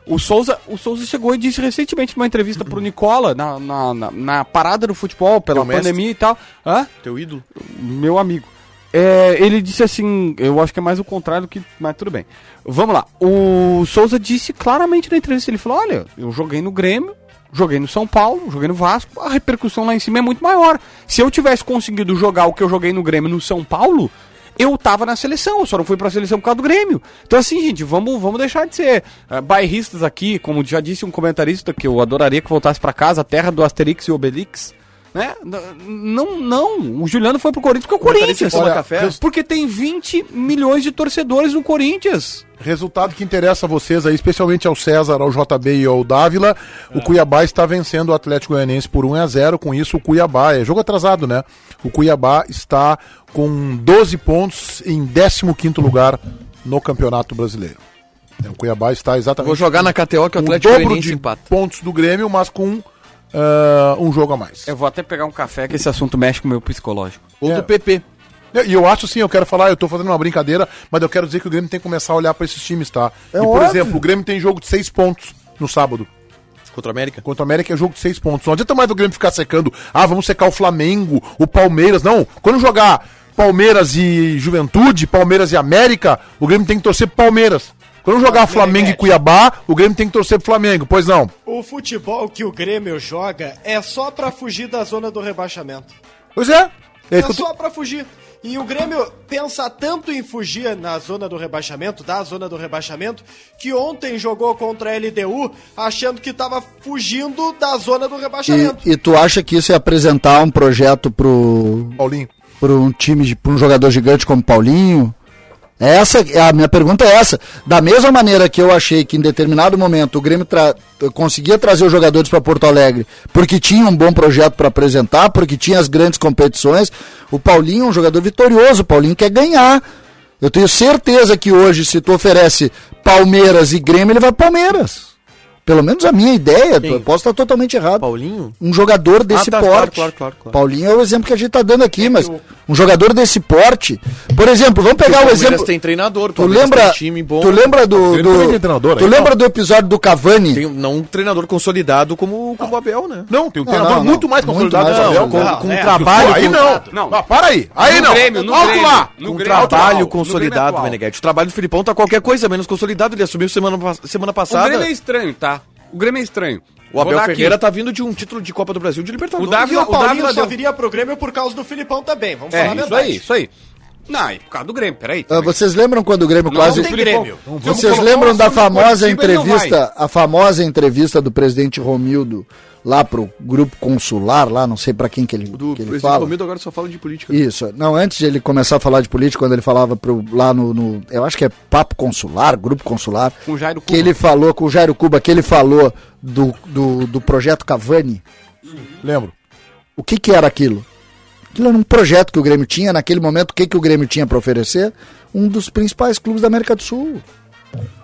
S6: O Souza, o Souza chegou e disse recentemente numa entrevista pro Nicola, na, na, na- na parada do futebol, pela
S3: Teu mestre.
S6: pandemia e tal. Hã?
S3: Teu ídolo.
S6: Meu amigo. É, ele disse assim, eu acho que é mais o contrário que. Mas tudo bem. Vamos lá. O Souza disse claramente na entrevista, ele falou: olha, eu joguei no Grêmio, joguei no São Paulo, joguei no Vasco, a repercussão lá em cima é muito maior. Se eu tivesse conseguido jogar o que eu joguei no Grêmio no São Paulo, eu tava na seleção, eu só não fui pra seleção por causa do Grêmio. Então, assim, gente, vamos, vamos deixar de ser eh, bairristas aqui, como já disse um comentarista que eu adoraria que voltasse pra casa, a terra do Asterix e Obelix. Né? N- Não, não. O Juliano foi pro Corinthians porque é o
S3: Comentarista
S6: Corinthians.
S3: que toma
S6: Olha,
S3: café.
S6: res- Porque tem 20 milhões de torcedores no Corinthians.
S2: Resultado que interessa a vocês aí, especialmente ao César, ao JB e ao Dávila.
S3: É.
S2: O Cuiabá está vencendo o Atlético Goianiense por 1 a 0. Com isso, o Cuiabá é jogo atrasado, né? O Cuiabá está com 12 pontos em 15º lugar no Campeonato Brasileiro. É, O Cuiabá está exatamente.
S3: Vou jogar na KTO que o
S2: o
S3: Atlético
S2: dobro
S3: Goianiense
S2: de
S3: empata.
S2: pontos do Grêmio, mas com ah, um jogo a mais.
S3: É,
S6: Eu vou até pegar um café que esse assunto mexe com o meu psicológico.
S3: Ou
S2: É.
S3: do PP.
S2: E eu acho sim, eu quero falar, eu tô fazendo uma brincadeira, mas eu quero dizer que o Grêmio tem que começar a olhar pra esses times, tá?
S5: É
S2: e, por
S5: óbvio.
S2: exemplo, o Grêmio tem jogo de seis pontos no sábado.
S3: Contra a América.
S2: Contra o América é jogo de seis pontos. Não adianta mais o Grêmio ficar secando. Ah, vamos secar o Flamengo, o Palmeiras. Não, quando jogar Palmeiras e Juventude, Palmeiras e América, o Grêmio tem que torcer pro Palmeiras. Quando jogar Flamengo e Cuiabá, o Grêmio tem que torcer pro Flamengo. Pois não.
S4: O futebol que o Grêmio joga é só pra fugir da zona do rebaixamento.
S2: Pois é. É
S4: É,
S2: isso que eu tô-
S4: só pra fugir. E o Grêmio pensa tanto em fugir na zona do rebaixamento, da zona do rebaixamento, que ontem jogou contra a LDU achando que tava fugindo da zona do rebaixamento.
S5: E, e tu acha que isso é apresentar um projeto pro,
S2: Paulinho.
S5: para um time, de- pra um jogador gigante como Paulinho? Essa, a minha pergunta é essa. Da mesma maneira que eu achei que em determinado momento o Grêmio tra- conseguia trazer os jogadores para Porto Alegre porque tinha um bom projeto para apresentar, porque tinha as grandes competições, o Paulinho é um jogador vitorioso, o Paulinho quer ganhar. Eu tenho certeza que hoje, se tu oferece Palmeiras e Grêmio, ele vai Palmeiras. Pelo menos a minha ideia, eu posso estar totalmente errado
S3: Paulinho?
S5: um jogador desse
S3: tá, claro,
S5: porte.
S3: claro, claro, claro.
S5: Paulinho é o exemplo que a gente tá dando aqui, mas um jogador desse porte, por exemplo, vamos pegar o,
S3: Palmeiras
S5: exemplo.
S3: tem treinador, o
S5: tu
S3: Palmeiras
S5: lembra?
S3: tem um time bom.
S5: Tu lembra do,
S2: Ele também tem um
S5: do
S2: treinador
S5: Tu
S2: aí,
S5: lembra do episódio do Cavani?
S3: Tem um- não um treinador consolidado como como o Abel, né?
S2: Não, tem um
S5: Não,
S2: treinador
S5: não,
S2: muito
S5: não.
S2: mais
S5: Muito
S2: consolidado
S5: mais
S2: que o Abel, com-
S5: consolidado.
S3: Ah,
S2: com um
S3: é.
S2: trabalho.
S3: Aí
S2: com-
S3: não.
S6: Não.
S2: Ah, para aí. Aí
S6: No
S2: não.
S6: Grêmio, no
S2: Alto
S6: Grêmio.
S2: lá.
S6: No
S3: um
S6: Grêmio
S3: trabalho
S6: atual, no Grêmio
S3: consolidado,
S6: atual.
S3: Meneghete. O trabalho do Filipão tá qualquer coisa menos consolidado. Ele assumiu semana, pas- semana
S6: O
S3: passada.
S6: Grêmio é estranho, tá? O Grêmio é estranho.
S3: O Abel
S6: Vou dar
S3: Ferreira
S6: aqui.
S3: tá vindo de um título de Copa do Brasil de Libertadores.
S6: O é Dávila-
S4: E o Paulinho
S6: Dávila
S4: só
S6: deu-
S4: viria pro Grêmio por causa do Filipão também, vamos
S6: É,
S4: falar a
S6: isso
S4: verdade.
S6: aí, isso aí. Não, é por causa do Grêmio, peraí.
S5: Ah,
S6: também.
S5: vocês lembram quando o Grêmio
S6: Não,
S5: quase
S6: não tem Grêmio.
S5: Vocês
S6: Vamos
S5: lembram
S6: colocar
S5: da
S6: o São
S5: famosa
S6: Curitiba, ele não
S5: entrevista, a famosa entrevista do presidente Romildo lá pro grupo consular lá, não sei para quem que ele,
S3: Do
S5: que ele
S3: presidente
S5: fala.
S3: Romildo agora só fala de
S6: né?
S3: política.
S5: Isso. Não, antes de ele começar a falar de política, quando ele falava pro, lá no, no- Eu acho que é Papo Consular, Grupo Consular.
S6: Com o Jairo
S5: Que
S6: Cuba.
S5: ele falou, com o Jairo Cuba, que ele falou do, do, do projeto Cavani.
S2: Lembro.
S5: O que que era aquilo? Aquilo era um projeto que o Grêmio tinha. Naquele momento, o que que o Grêmio tinha para oferecer? Um dos principais clubes da América do Sul.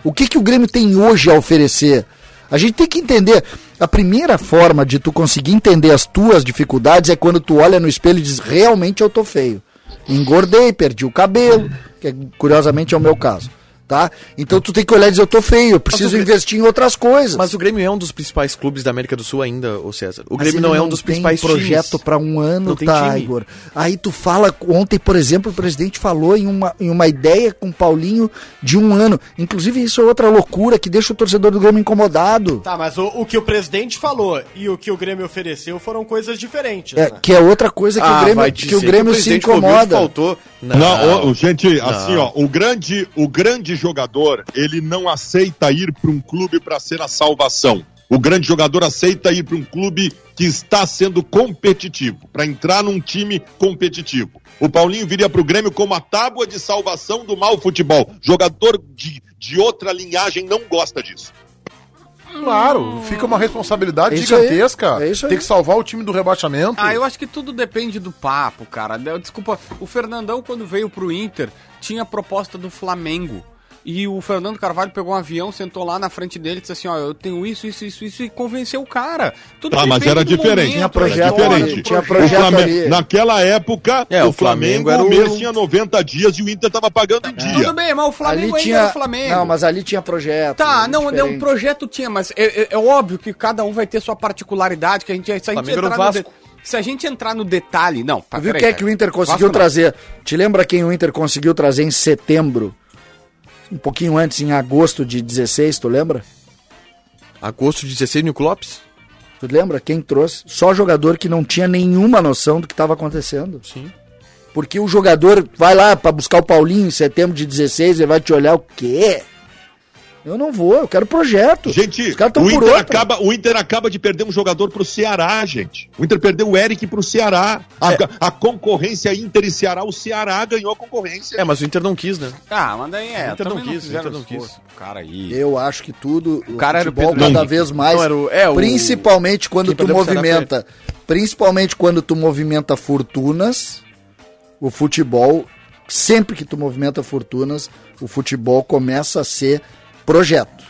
S5: O que que o Grêmio tem hoje a oferecer? A gente tem que entender. A primeira forma de tu conseguir entender as tuas dificuldades é quando tu olha no espelho e diz: realmente eu tô feio. Engordei, perdi o cabelo, que curiosamente é o meu caso. Tá? Então tu tem que olhar e dizer: eu tô feio, eu preciso
S3: Grêmio-
S5: investir em outras coisas.
S3: Mas o Grêmio é um dos principais clubes da América do Sul ainda, ô César. O
S5: Mas
S3: Grêmio
S5: ele
S3: não é um dos
S5: tem
S3: principais
S5: projeto
S3: times.
S5: para um ano,
S3: Não tem
S5: tá,
S3: time.
S5: Igor? Aí tu fala ontem, por exemplo, o presidente falou em uma, em uma ideia com o Paulinho de um ano. Inclusive isso é outra loucura que deixa o torcedor do Grêmio incomodado.
S4: Tá, mas o, o que o presidente falou e o que o Grêmio ofereceu foram coisas diferentes.
S5: É,
S4: né?
S5: que é outra coisa que
S3: Ah,
S5: o Grêmio,
S3: vai
S5: que
S3: dizer
S5: o Grêmio se
S3: presidente Romildo
S5: incomoda.
S3: faltou. Não,
S7: Não, ô, gente, assim, ó, o grande, o grande jogador, ele não aceita ir para um clube para ser a salvação. O grande jogador aceita ir para um clube que está sendo competitivo, para entrar num time competitivo. O Paulinho viria para o Grêmio como a tábua de salvação do mau futebol. Jogador de, de outra linhagem não gosta disso.
S2: Claro, fica uma responsabilidade
S5: É isso aí,
S2: gigantesca.
S5: é isso aí.
S2: Tem que salvar o time do rebaixamento.
S6: Ah, eu acho que tudo depende do papo, cara. Eu- Desculpa, o Fernandão, quando veio pro Inter, tinha a proposta do Flamengo. E o Fernando Carvalho pegou um avião, sentou lá na frente dele e disse assim: Ó, eu tenho isso, isso, isso, isso, e convenceu o cara. Tudo
S3: Ah,
S7: Tá, mas
S6: depende
S7: era
S6: do
S7: diferente.
S6: momento,
S5: Tinha
S6: da
S5: projeto
S6: hora,
S5: ali,
S6: do
S5: tinha
S7: O
S5: projeto
S7: Flamengo-
S5: ali.
S7: naquela época,
S3: É, o
S7: o
S3: Flamengo
S7: Flamengo,
S3: era o- É.
S7: o mês tinha 90 dias e o Inter estava pagando em dia.
S6: Tudo bem, mas o
S5: Ali
S6: Flamengo ainda era
S5: tinha,
S6: o Flamengo.
S5: não, mas ali tinha projeto.
S6: Tá,
S5: né,
S6: não, não,
S5: diferente.
S6: o projeto tinha, mas é, é- é óbvio que cada um vai ter sua particularidade, que a gente, se a gente
S3: Flamengo era o
S6: entrar no
S3: Vasco.
S6: de- se a gente entrar no detalhe, não, tá,
S5: Tu viu o
S6: peraí,
S5: que é
S6: peraí.
S5: que o Inter conseguiu
S6: Vasco não.
S5: trazer? Te lembra quem o Inter conseguiu trazer em setembro? Um pouquinho antes, em agosto de 16, tu lembra?
S3: Agosto de 16, Nico Lopes?
S5: Tu lembra quem trouxe? Só jogador que não tinha nenhuma noção do que estava acontecendo.
S3: Sim.
S5: Porque o jogador vai lá pra buscar o Paulinho em setembro de 16, ele vai te olhar o quê? Eu não vou, eu quero projeto.
S7: Gente,
S5: os caras estão
S7: o
S5: por
S7: Inter,
S5: outra.
S7: acaba, o Inter acaba de perder um jogador pro Ceará, gente. O Inter perdeu o Eric pro Ceará. A,
S5: É.
S7: a concorrência Inter e Ceará, o Ceará ganhou a concorrência.
S3: É, mas o Inter não quis, né?
S6: Ah, mas daí é,
S3: Inter não
S6: também
S3: quis,
S6: fizeram
S3: Inter não
S6: esforço. Cara aí.
S5: Eu acho que tudo, o
S6: cara era o
S5: futebol
S6: Pedro
S5: cada
S7: Henrique.
S5: vez mais,
S3: Não, era o- é, o-
S5: principalmente quando
S3: Quem
S5: tu
S3: perdeu pro Ceará
S5: movimenta, principalmente quando tu movimenta fortunas, o futebol, sempre que tu movimenta fortunas, o futebol começa a ser Projeto.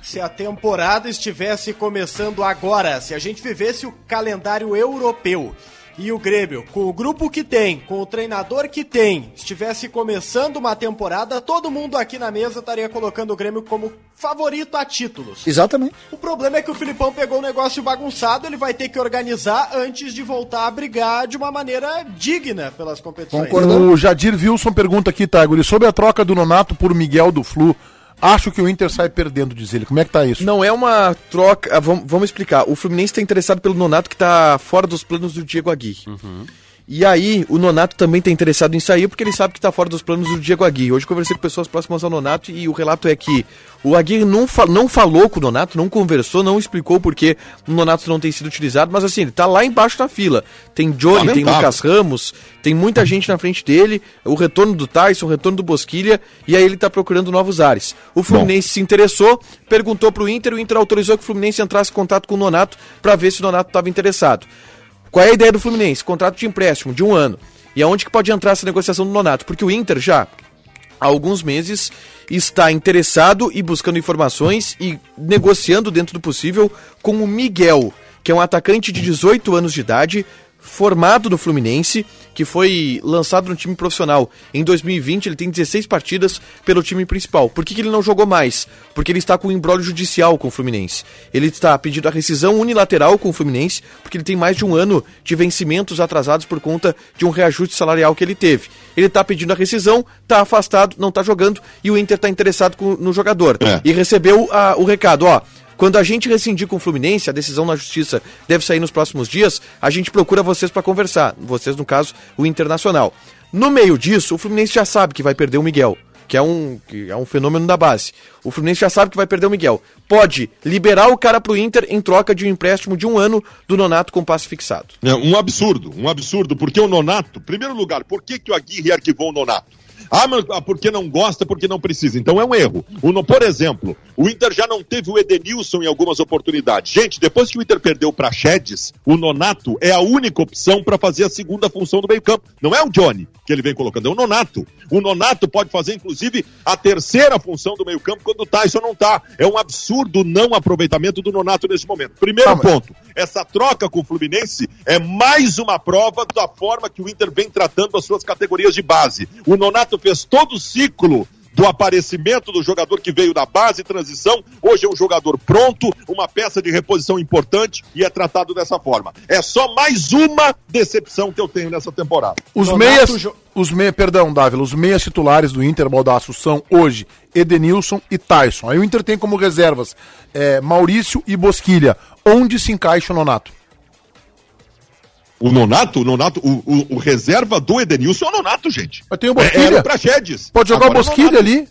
S4: Se a temporada estivesse começando agora, se a gente vivesse o calendário europeu e o Grêmio, com o grupo que tem, com o treinador que tem, estivesse começando uma temporada, todo mundo aqui na mesa estaria colocando o Grêmio como favorito a títulos.
S5: Exatamente.
S4: O problema é que o Filipão pegou um negócio bagunçado, ele vai ter que organizar antes de voltar a brigar de uma maneira digna pelas competições.
S5: Concordo.
S2: O Jadir Wilson pergunta aqui, tá, Guri, sobre a troca do Nonato por Miguel do Flu. Acho que o Inter sai perdendo, diz ele. Como é que tá isso?
S3: Não é uma troca. ah, Vamos, vamos explicar. O Fluminense está interessado pelo Nonato, que está fora dos planos do Diego Aguirre. E aí, o Nonato também está interessado em sair, porque ele sabe que está fora dos planos do Diego Aguirre. Hoje eu conversei com pessoas próximas ao Nonato e o relato é que o Aguirre não, fa- não falou com o Nonato, não conversou, não explicou por que o Nonato não tem sido utilizado, mas assim, ele está lá embaixo na fila. Tem Johnny, tem
S7: Lamentável.
S3: Lucas Ramos, tem muita gente na frente dele, o retorno do Tyson, o retorno do Bosquilha, e aí ele está procurando novos ares. O Fluminense se interessou, perguntou pro Inter, o Inter autorizou que o Fluminense entrasse em contato com o Nonato para ver se o Nonato estava interessado. Qual é a ideia do Fluminense? Contrato de empréstimo de um ano. E aonde que pode entrar essa negociação do Nonato? Porque o Inter já há alguns meses está interessado e buscando informações e negociando dentro do possível com o Miguel, que é um atacante de 18 anos de idade, formado no Fluminense, que foi lançado no time profissional. Em 2020 ele tem 16 partidas pelo time principal. Por que, que ele não jogou mais? Porque ele está com um embrólio judicial com o Fluminense. Ele está pedindo a rescisão unilateral com o Fluminense, porque ele tem mais de um ano de vencimentos atrasados por conta de um reajuste salarial que ele teve. Ele está pedindo a rescisão, está afastado, não está jogando e o Inter está interessado com- no jogador.
S7: É.
S3: E recebeu a- o recado, ó. Quando a gente rescindir com o Fluminense, a decisão na justiça deve sair nos próximos dias, a gente procura vocês para conversar. Vocês, no caso, o Internacional. No meio disso, o Fluminense já sabe que vai perder o Miguel, que é um, que é um fenômeno da base. O Fluminense já sabe que vai perder o Miguel. Pode liberar o cara pro Inter em troca de um empréstimo de um ano do Nonato com passe fixado.
S7: É um absurdo, um absurdo, porque o Nonato, primeiro lugar, por que, que o Aguirre arquivou o Nonato? Ah, mas, ah, porque não gosta, porque não precisa. Então é um erro. O, no- por exemplo, o Inter já não teve o Edenilson em algumas oportunidades. Gente, depois que o Inter perdeu para Chedes, o Nonato é a única opção para fazer a segunda função do meio-campo. Não é o Johnny que ele vem colocando, é o Nonato. O Nonato pode fazer, inclusive, a terceira função do meio-campo quando o Tyson não tá. É um absurdo o não aproveitamento do Nonato nesse momento. Primeiro
S2: Ah, mas-
S7: ponto ponto. Essa troca com o Fluminense é mais uma prova da forma que o Inter vem tratando as suas categorias de base. O Nonato fez todo o ciclo do aparecimento do jogador que veio da base, transição, hoje é um jogador pronto, uma peça de reposição importante e é tratado dessa forma. É só mais uma decepção que eu tenho nessa temporada.
S2: Os
S4: Nonato
S2: meias,
S4: jo-
S2: os meias, perdão, Dávila, os meias titulares do Inter Baldaço são hoje Edenilson e Tyson. Aí o Inter tem como reservas é, Maurício e Bosquilha. Onde se encaixa o Nonato?
S7: O Nonato, o Nonato, o, o- o reserva do Edenilson é o Nonato, gente.
S2: Mas tem o
S7: É- Era
S2: Bosquilha.
S7: o Praxedes.
S2: Pode jogar
S7: Agora é
S2: o Bosquilha
S7: Nonato.
S2: ali.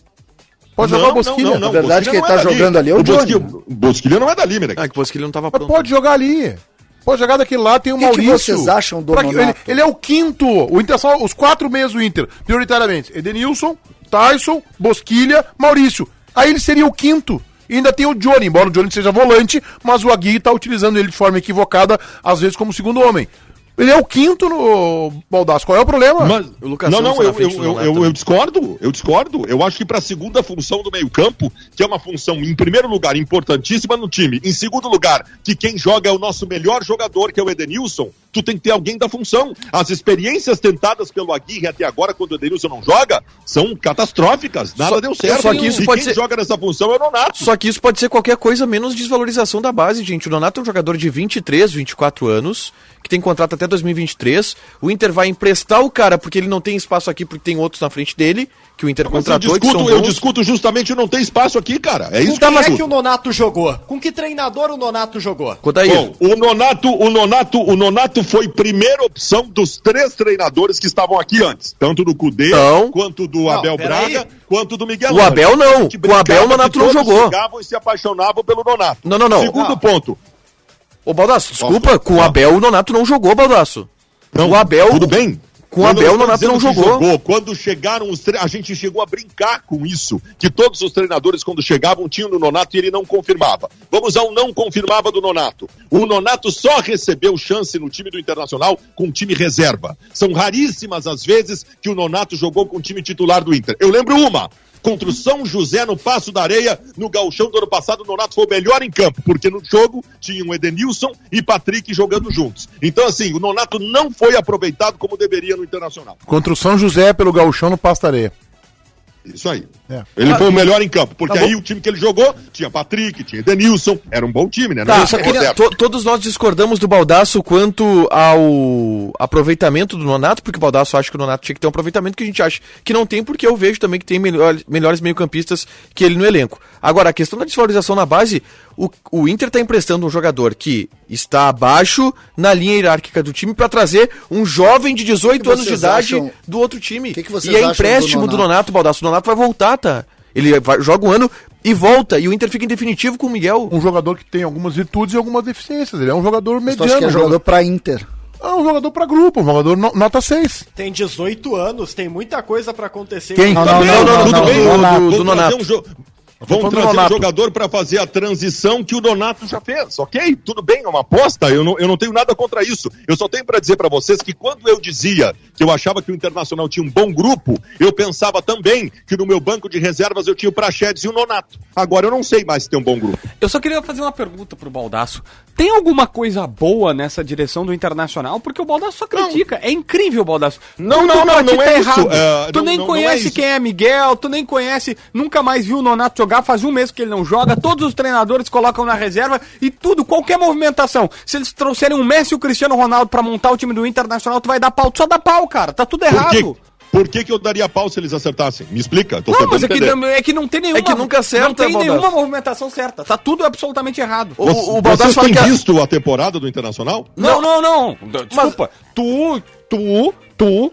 S2: Pode jogar o Bosquilha.
S5: Na verdade,
S7: Bosquilha
S5: quem
S7: não
S5: tá
S7: dali.
S5: jogando ali é o Johnny,
S7: Bosquilha, Bosquilha não é dali, Menegas.
S3: Ah, que que ele não tava
S2: Mas
S3: pronto.
S2: pode jogar ali. Pode jogar daquele lá, tem o
S5: que
S2: Maurício.
S5: vocês acham do
S2: Pra que- ele,
S5: Nonato?
S2: ele é o quinto. O Inter só, os quatro meias do Inter, prioritariamente. Edenilson, Tyson, Bosquilha, Maurício. Aí ele seria o quinto. E ainda tem o Johnny, embora o Johnny seja volante, mas o Agui tá utilizando ele de forma equivocada, às vezes como segundo homem. Ele é o quinto no Baldaço. Qual é o problema?
S7: Mas,
S3: O Lucas
S7: não,
S3: Santos
S7: não,
S3: na
S7: eu,
S3: frente
S7: eu-
S3: do Nonato né?
S7: eu- eu
S3: também.
S7: discordo, eu discordo. Eu acho que para a segunda função do meio-campo, que é uma função, em primeiro lugar, importantíssima no time, em segundo lugar, que quem joga é o nosso melhor jogador, que é o Edenilson, tu tem que ter alguém da função. As experiências tentadas pelo Aguirre até agora, quando o Edenilson não joga, são catastróficas. Nada
S3: Só-
S7: deu certo.
S3: só que isso
S7: e
S3: pode
S7: quem
S3: ser-
S7: joga nessa função é o Nonato.
S3: Só que isso pode ser qualquer coisa menos desvalorização da base, gente. O Nonato é um jogador de 23, 24 anos, que tem contrato até 2023. O Inter vai emprestar o cara porque ele não tem espaço aqui, porque tem outros na frente dele, que o Inter
S7: Mas eu
S3: contratou e que são
S7: discuto, eu
S3: bons.
S7: discuto justamente não ter espaço aqui, cara. É
S4: Com
S7: isso
S4: quem
S7: que eu
S4: é
S7: discuto.
S4: que o Nonato jogou? Com que treinador o Nonato jogou?
S3: Conta aí.
S7: Bom, o Nonato, o Nonato, o Nonato foi primeira opção dos três treinadores que estavam aqui antes, tanto do Cudê,
S3: Então-
S7: quanto do Abel Braga,
S4: peraí.
S7: quanto do Miguel.
S3: O
S7: Angel.
S3: Abel não.
S7: A gente
S3: O
S7: brincava
S3: Abel o
S7: que
S3: Nonato não
S7: todos
S3: jogou.
S7: Chegavam e se apaixonavam pelo Nonato.
S3: Não, não, não.
S7: Segundo
S3: Ah.
S7: ponto.
S3: Ô, Baldaço, desculpa,
S7: Nossa,
S3: com o
S7: nossa.
S3: Abel o Nonato não jogou, Baldaço. o Abel.
S7: Tudo bem.
S3: Com o
S7: Eu
S3: Abel,
S7: estou
S3: o Nonato
S7: dizendo
S3: não
S7: que
S3: jogou.
S7: Quando chegaram os tre... a gente chegou a brincar com isso, que todos os treinadores quando chegavam tinham no Nonato e ele não confirmava. Vamos ao não confirmava do Nonato. O Nonato só recebeu chance no time do Internacional com time reserva. São raríssimas as vezes que o Nonato jogou com o time titular do Inter. Eu lembro uma, contra o São José no Passo da Areia, no Gauchão do ano passado, o Nonato foi o melhor em campo, porque no jogo tinham Edenilson e Patrick jogando juntos. Então, assim, o Nonato não foi aproveitado como deveria no Internacional.
S2: Contra o São José pelo Gauchão no Pastareia.
S7: Isso aí.
S2: É.
S7: Ele foi o melhor em campo, porque
S3: Tá bom.
S7: aí o time que ele jogou tinha Patrick, tinha Edenilson, era um bom time, né? Não
S3: Tá,
S7: era
S3: só
S7: esse
S3: queria-
S7: Roberto.
S3: to- todos nós discordamos do Baldaço quanto ao aproveitamento do Nonato, porque o Baldaço acha que o Nonato tinha que ter um aproveitamento que a gente acha que não tem, porque eu vejo também que tem melhor- melhores meio-campistas que ele no elenco. Agora, a questão da desvalorização na base, o, o Inter está emprestando um jogador que está abaixo na linha hierárquica do time para trazer um jovem de 18
S5: Que que
S3: anos de
S5: vocês
S3: idade
S5: acham-
S3: do outro time.
S5: que que vocês
S3: e é
S5: acham do
S3: empréstimo do Nonato, Nonato
S5: Nonato?
S3: Baldaço. O Nonato vai voltar, tá? Ele vai- joga um ano e volta, e o Inter fica em definitivo com o Miguel.
S2: Um jogador que tem algumas virtudes e algumas deficiências. Ele é um jogador
S5: Tu acha
S2: mediano.
S5: que é
S2: um
S5: jogador pra Inter?
S2: jogador- É um jogador pra grupo, um jogador no- nota 6.
S4: Tem 18 anos, tem muita coisa pra acontecer.
S2: Quem?
S4: Não,
S5: Não, não, não, não,
S7: tudo
S5: não,
S7: Tá bem,
S5: não,
S7: vão
S5: Nonato.
S7: trazer
S3: Do Nonato.
S7: um jo-
S2: falando
S7: Vão
S2: do
S7: trazer um
S2: Nonato.
S7: jogador para fazer a transição que o Donato já fez, ok? Tudo bem, é uma aposta, eu não, eu não tenho nada contra isso. Eu só tenho para dizer para vocês que quando eu dizia que eu achava que o Internacional tinha um bom grupo, eu pensava também que no meu banco de reservas eu tinha o Praxedes e o Nonato. Agora eu não sei mais se tem um bom grupo.
S6: Eu só queria fazer uma pergunta pro Baldaço. Tem alguma coisa boa nessa direção do Internacional? Porque o Baldaço só critica. É incrível o Baldaço.
S7: Não,
S6: Tudo
S7: não,
S6: pra
S7: não,
S6: ti
S7: não
S6: tá
S7: é
S6: errado.
S7: isso. É,
S6: tu
S7: não,
S6: nem
S7: não, não é
S6: conhece
S7: isso.
S6: quem é Miguel, tu nem conhece, nunca mais viu o Nonato jogar, faz um mês que ele não joga, todos os treinadores colocam na reserva e tudo, qualquer movimentação. Se eles trouxerem o Messi e o Cristiano Ronaldo pra montar o time do Internacional, tu vai dar pau. Tu só dá pau, cara. Tá tudo
S7: Por que,
S6: errado.
S7: por que, que eu daria pau se eles acertassem? Me explica, tô
S6: Não,
S7: tentando
S6: mas é que,
S7: entender.
S6: é que não tem nenhuma.
S3: É que nunca acerta,
S6: Não tem
S3: Baldasso.
S6: nenhuma movimentação certa. Tá tudo absolutamente errado.
S3: O- o
S7: Vocês-
S3: Baldassi
S7: Vocês
S3: fala
S7: têm
S3: que a-
S7: visto a temporada do Internacional?
S6: Não, não, não. D- Desculpa. Tu, tu, tu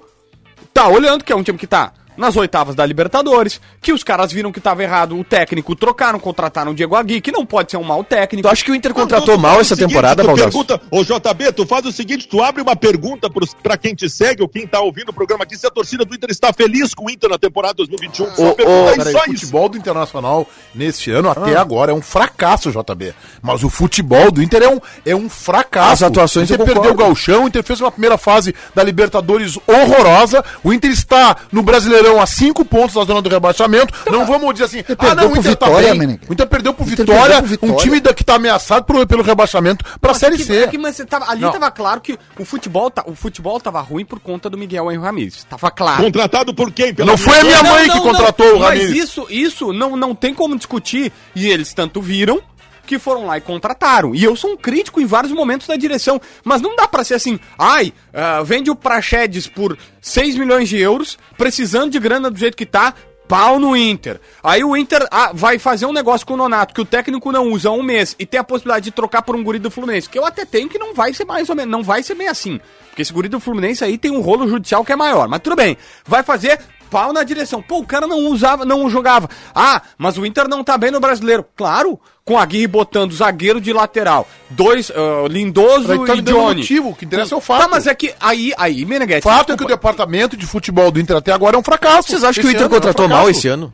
S6: tá olhando que é um time que tá nas oitavas da Libertadores, que os caras viram que tava errado, o técnico trocaram, contrataram o Diego Agui, que não pode ser um mau técnico.
S3: Tu acha que o Inter
S7: Não,
S3: contratou
S7: tu
S3: mal
S7: faz
S3: essa
S7: o seguinte,
S3: temporada,
S7: tu
S3: Baldasso?
S7: pergunta, Ô JB, tu faz o seguinte, tu abre uma pergunta pros- pra quem te segue ou quem tá ouvindo o programa aqui, se a torcida do Inter está feliz com o Inter na temporada 2021. Só
S2: Ô, ô,
S7: pergunta aí,
S2: peraí,
S7: só
S2: o futebol do Internacional neste ano até agora é um fracasso, JB. Mas o futebol do Inter é um, é um fracasso.
S3: As atuações
S2: Inter
S3: eu concordo.
S2: perdeu o Galchão, o Inter fez uma primeira fase da Libertadores horrorosa. O Inter está no Brasileirão a cinco pontos da zona do rebaixamento. não vamos dizer assim, ah,
S5: perdeu
S2: não, o
S5: pro
S2: Inter tá
S5: Vitória,
S2: bem.
S5: Meneghetti.
S2: O Inter perdeu pro
S5: O Inter
S2: Vitória,
S5: perdeu pro
S2: um
S5: Vitória.
S2: time da- que tá ameaçado pro- pelo rebaixamento pra
S6: Mas
S2: Série
S6: que-
S2: C.
S6: é que, mas você tava- ali
S2: Não.
S6: tava claro que o futebol, tá, o futebol tava ruim por conta do Miguel Henrique Ramírez. Tava claro.
S7: Contratado por quem? Pela
S2: Não foi a é minha
S6: Não,
S2: mãe
S6: não,
S2: que
S6: não,
S2: contratou o Ramires.
S6: Mas isso, isso não, não tem como discutir. E eles tanto viram que foram lá e contrataram. E eu sou um crítico em vários momentos da direção. Mas não dá pra ser assim, ai, ah, vende o Praxedes por 6 milhões de euros, precisando de grana do jeito que tá. Pau no Inter. Aí o Inter ah, vai fazer um negócio com o Nonato que o técnico não usa há um mês e tem a possibilidade de trocar por um guri do Fluminense, que eu até tenho que não vai ser mais ou menos, não vai ser meio assim. Porque esse guri do Fluminense aí tem um rolo judicial que é maior, mas tudo bem. Vai fazer pau na direção. Pô, o cara não usava, não jogava. Ah, mas o Inter não tá bem no brasileiro. Claro, com a Aguirre botando zagueiro de lateral, dois, ah, Lindoso
S2: Aí tá
S6: e
S2: me dando
S6: Johnny.
S2: motivo, o que interessa é o fato.
S6: Tá, mas é que aí, aí, Meneghete,
S2: O fato é que o departamento de futebol do Inter até agora é um fracasso.
S3: Vocês acham que
S2: Esse
S3: o Inter
S2: ano é um
S3: contratou mal
S2: fracasso.
S3: esse ano?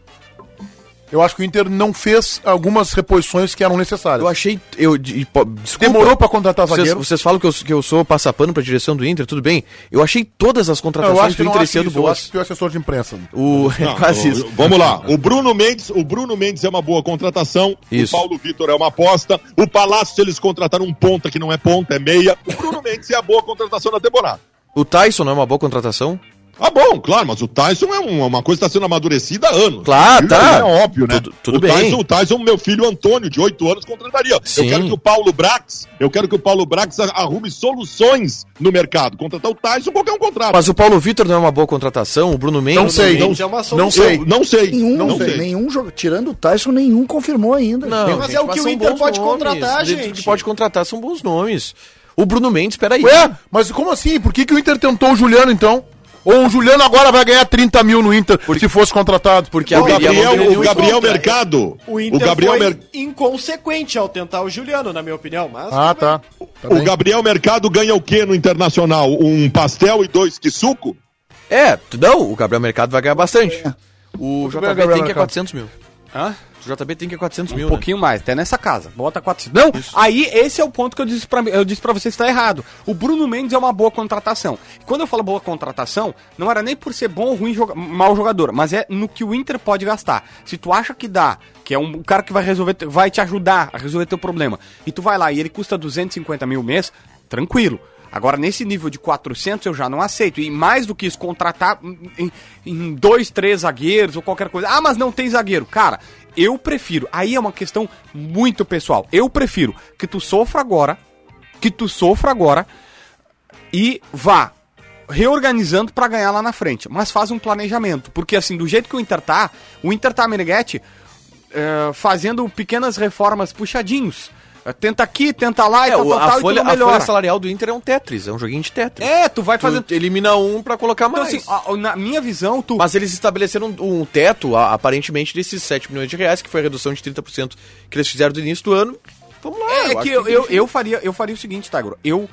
S2: Eu acho que o Inter não fez algumas reposições que eram necessárias.
S3: Eu achei. Eu, de- pô, desculpa.
S2: Demorou pra contratar
S3: vocês,
S2: zagueiro.
S3: vocês falam que eu, que eu sou passapano pra direção do Inter, tudo bem. Eu achei todas
S2: Não, eu acho
S3: as contratações
S2: que
S3: do
S2: não
S3: Inter
S2: acho
S3: sendo
S2: isso, eu acho
S3: boas.
S2: que o assessor de imprensa.
S3: O, é
S7: Não,
S3: quase
S7: o-
S3: isso.
S7: Vamos lá. O Bruno Mendes, o Bruno Mendes é uma boa contratação.
S3: Isso.
S7: O Paulo Vitor é uma aposta. O Palácio, eles contrataram um ponta que não é ponta, é meia. O Bruno Mendes é a boa contratação da temporada.
S3: O Tyson não é uma boa contratação?
S7: Ah, bom, claro, mas o Tyson é um- uma coisa que está sendo amadurecida há anos.
S3: Claro,
S7: Isso
S3: tá.
S7: É óbvio, né?
S3: Tudo- tudo
S7: o Tyson,
S3: bem.
S7: O Tyson, meu filho Antônio, de 8 anos, contrataria.
S3: Sim.
S7: Eu quero que o Paulo Brax, eu quero que o Paulo Brax arrume soluções no mercado. Contratar o Tyson, qualquer um contrato.
S3: Mas o Paulo Vitor não é uma boa contratação? O Bruno Mendes.
S2: Não sei, não,
S4: Mendes é uma solução.
S2: não sei.
S7: Eu não sei.
S5: Nenhum,
S7: não sei.
S5: nenhum jogo, tirando o Tyson, nenhum confirmou ainda.
S3: Não,
S4: Mas
S3: gente,
S4: é o que o
S3: são
S4: Inter
S3: bons
S4: pode contratar,
S3: dentro do
S4: gente.
S3: Que pode contratar são bons nomes. O Bruno Mendes, peraí.
S2: Ué, mas como assim? Por que, que o Inter tentou o Juliano então? Ou o Juliano agora vai ganhar 30 mil no Inter se fosse contratado?
S3: Porque
S7: O
S3: abriria mão de
S7: Gabriel, o
S3: nenhum
S7: Gabriel
S4: é contra.
S7: Mercado.
S4: O Inter
S7: Gabriel
S4: foi
S7: Mer-
S4: inconsequente ao tentar o Juliano, na minha opinião, mas...
S2: Ah, tá. Tá
S7: O
S2: bem.
S7: Gabriel Mercado ganha o quê no Internacional? Um pastel e dois que suco?
S3: É, não, o Gabriel Mercado vai ganhar bastante. O JB
S2: Gabriel
S3: tem que é
S2: Mercado.
S3: 400 mil.
S6: Hã?
S3: O JB tem que é 400 mil,
S6: Um pouquinho mais, até nessa casa. Bota 400. Não, aí esse é o ponto que eu disse pra, mim- eu disse pra vocês que tá errado. O Bruno Mendes é uma boa contratação. E Quando eu falo boa contratação, não era nem por ser bom ou ruim, joga, mau jogador, mas é no que o Inter pode gastar. Se tu acha que dá, que é um cara que vai resolver, te- vai te ajudar a resolver teu problema, e tu vai lá e ele custa 250 mil mês, tranquilo. Agora, nesse nível de 400, eu já não aceito. E mais do que isso, contratar em, em dois, três zagueiros ou qualquer coisa. Ah, mas não tem zagueiro. Cara, eu prefiro. Aí é uma questão muito pessoal. Eu prefiro que tu sofra agora, que tu sofra agora e vá reorganizando pra ganhar lá na frente. Mas faz um planejamento. Porque, assim, do jeito que o Inter tá, o Inter tá, Meneghetti, eh, fazendo pequenas reformas puxadinhos. Eh, Tenta aqui, tenta lá e
S3: É,
S6: tal,
S3: o-
S6: tal,
S3: a,
S6: tal, e tu
S3: folha,
S6: não
S3: a folha
S6: tá então, melhora.
S3: salarial do Inter é um Tetris, é um joguinho de Tetris.
S6: É, tu vai
S3: Tu
S6: fazendo.
S3: elimina um pra colocar
S6: Então,
S3: mais.
S6: assim, a- a- na minha visão, tu.
S3: Mas eles estabeleceram um, um teto, a- aparentemente, desses 7 milhões de reais, que foi a redução de 30% que eles fizeram do início do ano. Vamos lá,
S6: é,
S3: acho
S6: que
S3: tem
S6: eu, eu,
S3: gente-
S6: eu faria, eu faria o seguinte, Tagro. Eu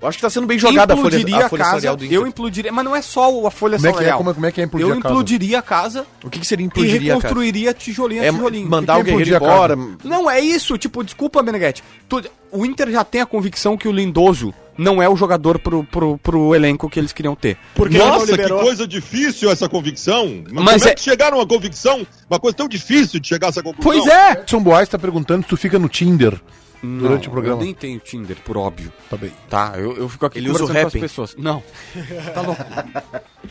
S3: eu acho que tá sendo bem jogada a folha,
S6: implodiria
S3: a folha salarial do Inter.
S6: Eu implodiria, mas não é só o- a folha
S2: Como é que é?
S6: salarial.
S2: Como é- como é que é implodir
S6: Eu
S2: a casa?
S6: implodiria a casa
S3: o que, que seria
S6: e
S3: implodiria, cara?
S6: reconstruiria tijolinho a
S3: É
S6: tijolinho.
S3: mandar o
S2: Quem
S3: guerreiro
S2: implodia a casa?
S3: embora.
S6: Não, é isso. Tipo, desculpa, Meneghetti. Tu- O Inter já tem a convicção que o Lindoso não é o jogador pro, pro, pro elenco que eles queriam ter.
S4: Porque ele
S7: Nossa,
S4: não
S7: que
S4: liberou.
S7: coisa difícil essa convicção. Mas,
S6: Mas
S7: como é...
S6: é-
S7: que chegaram a uma convicção? Uma coisa tão difícil de chegar a essa conclusão.
S6: Pois é.
S2: Edson Boas tá perguntando se tu fica no Tinder durante o programa.
S6: Eu nem tenho Tinder, por óbvio.
S2: Tá bem.
S6: Tá, eu, eu fico aqui
S3: Ele usa o
S6: conversando com as
S3: Happn.
S6: pessoas. Não. Tá louco.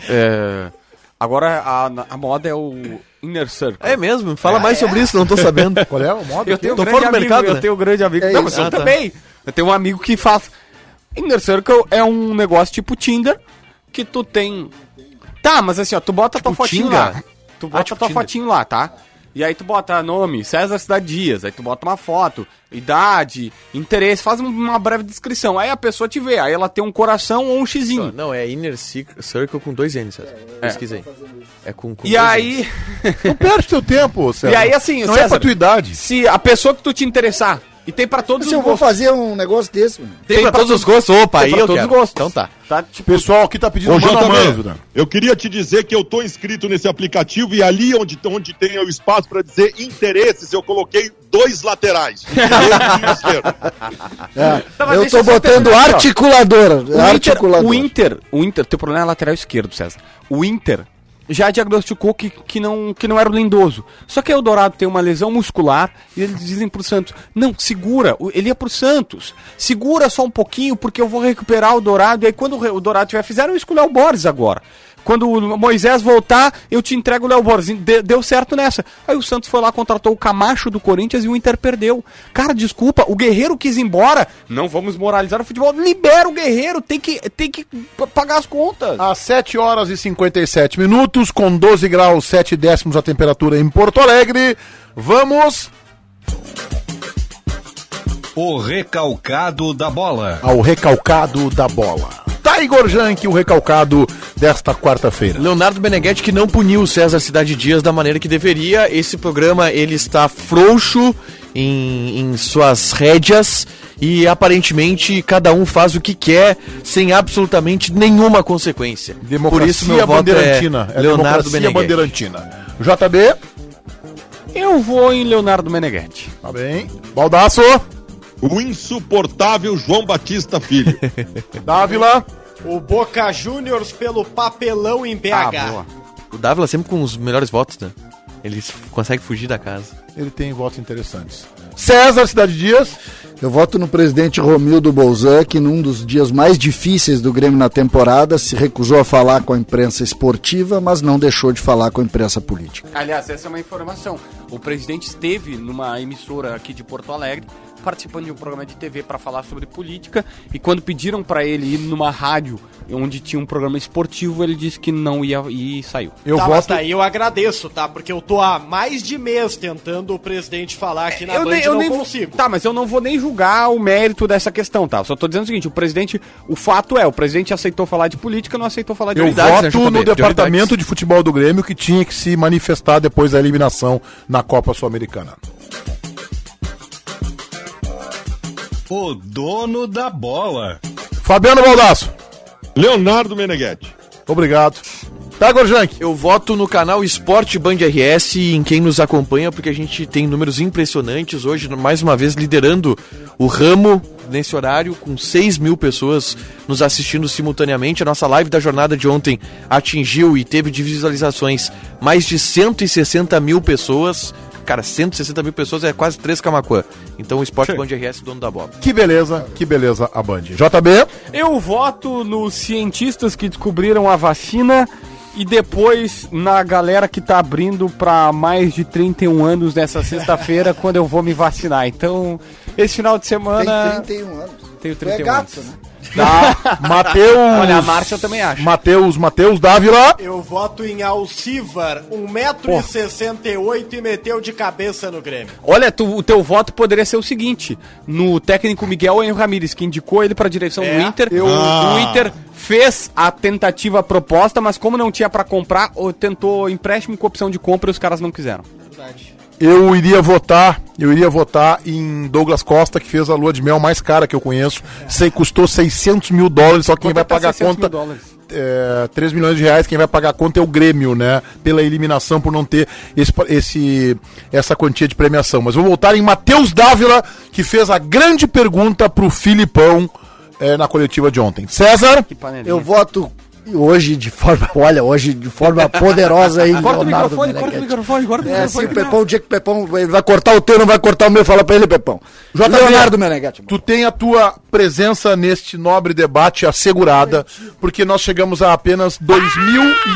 S6: É, agora a, a moda é o Inner Circle.
S3: É mesmo? Fala mais sobre isso, não tô sabendo.
S2: Qual é o modo?
S6: Eu tenho um
S3: Tô
S6: grande
S3: fora do
S6: amigo,
S3: mercado,
S6: eu
S3: né?
S6: tenho um grande amigo.
S5: É
S6: não,
S5: isso.
S6: mas eu
S3: Ah, tá.
S6: também. Eu tenho um amigo que faz. Inner Circle é um negócio tipo Tinder que tu tem. Tá, mas assim, ó, tu bota tua fotinho
S3: Tinga?
S6: lá. Tu bota
S3: tipo
S6: tua
S3: Tinder.
S6: fotinho lá, tá? E aí tu bota nome, César Cidade Dias, aí tu bota uma foto, idade, interesse, faz um- uma breve descrição. Aí a pessoa te vê, aí ela tem um coração ou um
S2: Hum.
S6: xizinho.
S3: Não, é Inner Cir- Circle com dois N's, César. Pesquisa aí. É com, com
S6: E
S3: dois
S6: aí,
S2: Não perde teu tempo, César.
S6: E aí, assim,
S2: não é
S6: César-
S2: pra tua idade.
S6: se a pessoa que tu te interessar, e tem pra todos
S5: Se eu vou fazer um negócio desse, mano.
S3: Tem, pra todos os gostos. Opa, aí
S6: pra
S3: eu
S6: todos
S3: quero.
S6: os gostos.
S3: Então tá.
S6: Tá, tipo,
S2: Pessoal aqui tá pedindo
S7: Ô,
S2: mano a mano,
S7: JB,
S2: Vidal.
S7: eu queria te dizer que eu tô inscrito nesse aplicativo e ali onde, onde tem o espaço para dizer interesses, eu coloquei dois laterais. Direito e esquerdo.
S6: Tá, mas
S5: eu
S6: deixa
S5: tô
S6: só
S5: botando
S6: terminar aqui, ó.
S5: articulador.
S6: O Inter,
S5: articulador.
S6: o Inter, o Inter, teu problema é lateral esquerdo, César. O Inter já diagnosticou que, que, não, que não era o Lindoso. Só que aí o Dourado tem uma lesão muscular e eles dizem pro Santos: não, segura, o- ele ia pro Santos, segura só um pouquinho porque eu vou recuperar o Dourado. E aí quando o re- o Dourado tiver, fizeram isso com o Léo Borges agora. Quando o Moisés voltar, eu te entrego o Léo Borges. De- deu certo nessa. Aí o Santos foi lá, contratou o Camacho do Corinthians e o Inter perdeu. Cara, desculpa, o Guerreiro quis ir embora. Não vamos moralizar o futebol. Libera o Guerreiro, tem que, tem que p- pagar as contas.
S2: Às 7 horas e 57 minutos, com 12 graus 7 décimos a temperatura em Porto Alegre. Vamos
S1: O recalcado da bola.
S2: ao recalcado da bola. Tiger Junk, o recalcado desta quarta-feira.
S3: Leonardo Meneghetti que não puniu o César Cidade Dias da maneira que deveria. Esse programa ele está frouxo em, em suas rédeas e aparentemente cada um faz o que quer sem absolutamente nenhuma consequência. Por isso meu voto é,
S2: bandeirantina. É,
S3: Leonardo
S2: democracia
S3: Meneghetti.
S2: bandeirantina. JB,
S6: Eu vou em Leonardo Meneghetti.
S2: tá bem. Baldaço,
S7: O insuportável João Batista Filho.
S2: Dávila.
S4: O Boca Juniors pelo papelão em Tá, BH.
S3: O Dávila sempre com os melhores votos, né? Ele s- consegue fugir da casa.
S2: Ele tem votos interessantes. César Cidade Dias.
S5: Eu voto no presidente Romildo Bolzan, que num dos dias mais difíceis do Grêmio na temporada se recusou a falar com a imprensa esportiva, mas não deixou de falar com a imprensa política.
S6: Aliás, essa é uma informação. O presidente esteve numa emissora aqui de Porto Alegre, participando de um programa de TV para falar sobre política, e quando pediram para ele ir numa rádio onde tinha um programa esportivo, ele disse que não ia ir e saiu.
S2: Eu
S4: tá, mas
S2: voto.
S4: daí eu agradeço, tá? Porque eu tô há mais de mês tentando o presidente falar aqui na Band e não consigo.
S6: Tá, mas eu não vou nem julgar o mérito dessa questão, tá? Eu só tô dizendo o seguinte, o presidente, o fato é, o presidente aceitou falar de política, não aceitou falar de
S2: Eu
S6: unidade.
S3: Prioridades, né,
S2: voto
S3: JB?
S2: no departamento de futebol do Grêmio que tinha que se manifestar depois da eliminação na Copa Sul-Americana.
S1: O dono da bola.
S2: Fabiano Baldasso.
S7: Leonardo Meneghetti.
S2: Obrigado. Tá, Gorjank?
S3: Eu voto no canal Esporte Band RS e em quem nos acompanha, porque a gente tem números impressionantes hoje, mais uma vez liderando o ramo nesse horário, com 6 mil pessoas nos assistindo simultaneamente. A nossa live da jornada de ontem atingiu e teve de visualizações mais de 160 mil pessoas. Cara, 160 mil pessoas é quase três Camacuã. Então o Esporte Band RS, dono da bola.
S2: Que beleza, que beleza a Band. JB?
S6: Eu voto nos cientistas que descobriram a vacina e depois na galera que tá abrindo pra mais de 31 anos nessa sexta-feira, quando eu vou me vacinar. Então, esse final de semana.
S5: Tem 31 anos.
S6: Tenho
S5: Tu é
S6: 31
S5: gato,
S6: anos.
S5: né?
S2: Tá. Matheus.
S6: Olha, a Márcia também acha.
S2: Matheus, Matheus Dávila.
S4: Eu voto em Alcivar, 1,68m e meteu de cabeça no Grêmio.
S6: Olha, tu- o teu voto poderia ser o seguinte: no técnico Miguel Henrique Ramírez, que indicou ele para a direção
S4: É,
S6: do Inter,
S7: eu-
S6: o,
S7: Ah.
S6: o Inter fez a tentativa proposta, mas como não tinha para comprar, ou tentou empréstimo com opção de compra e os caras não quiseram.
S2: Eu iria votar, eu iria votar em Douglas Costa, que fez a lua de mel mais cara que eu conheço. Sei, custou 600 mil dólares, só quem
S6: Quanto
S2: vai
S6: é que tá
S2: pagar a
S6: 600 mil
S2: conta.
S6: dólares?
S2: É, 3 milhões de reais, quem vai pagar a conta é o Grêmio, né? Pela eliminação, por não ter esse, esse- essa quantia de premiação. Mas vou voltar em Matheus Dávila, que fez a grande pergunta pro Filipão é, na coletiva de ontem. César,
S6: Que panelinha.
S5: Eu voto hoje de forma, olha, hoje de forma poderosa aí,
S6: Corta o
S5: Leonardo
S6: microfone, corta o
S5: Meneghetti.
S6: microfone, corta o
S5: É assim,
S6: microfone.
S5: o Pepão, o dia que o Pepão ele vai cortar o teu, não vai cortar o meu, fala pra ele, Pepão.
S2: JB.
S5: Leonardo Meneghetti. mano.
S2: Tu tem a tua presença neste nobre debate assegurada, porque nós chegamos a apenas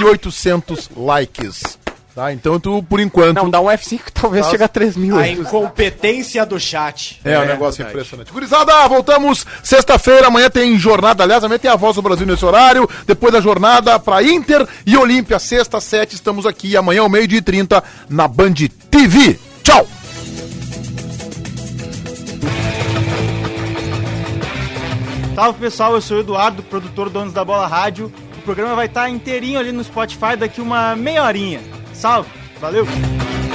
S2: 2.800 likes. Tá? Então tu, por enquanto.
S6: Não, dá um F5 que talvez chegue a 3 mil.
S4: A incompetência do chat.
S2: é, um negócio impressionante. Gurizada, voltamos sexta-feira. Amanhã tem jornada. Aliás, amanhã tem a voz do Brasil nesse horário. Depois da jornada para Inter e Olímpia. Sexta, sete, estamos aqui. Amanhã, ao meio-dia e trinta, na Band TV. Tchau!
S8: Salve pessoal, eu sou o Eduardo, produtor Donos da Bola Rádio. O programa vai estar inteirinho ali no Spotify daqui uma meia horinha. Salve, valeu!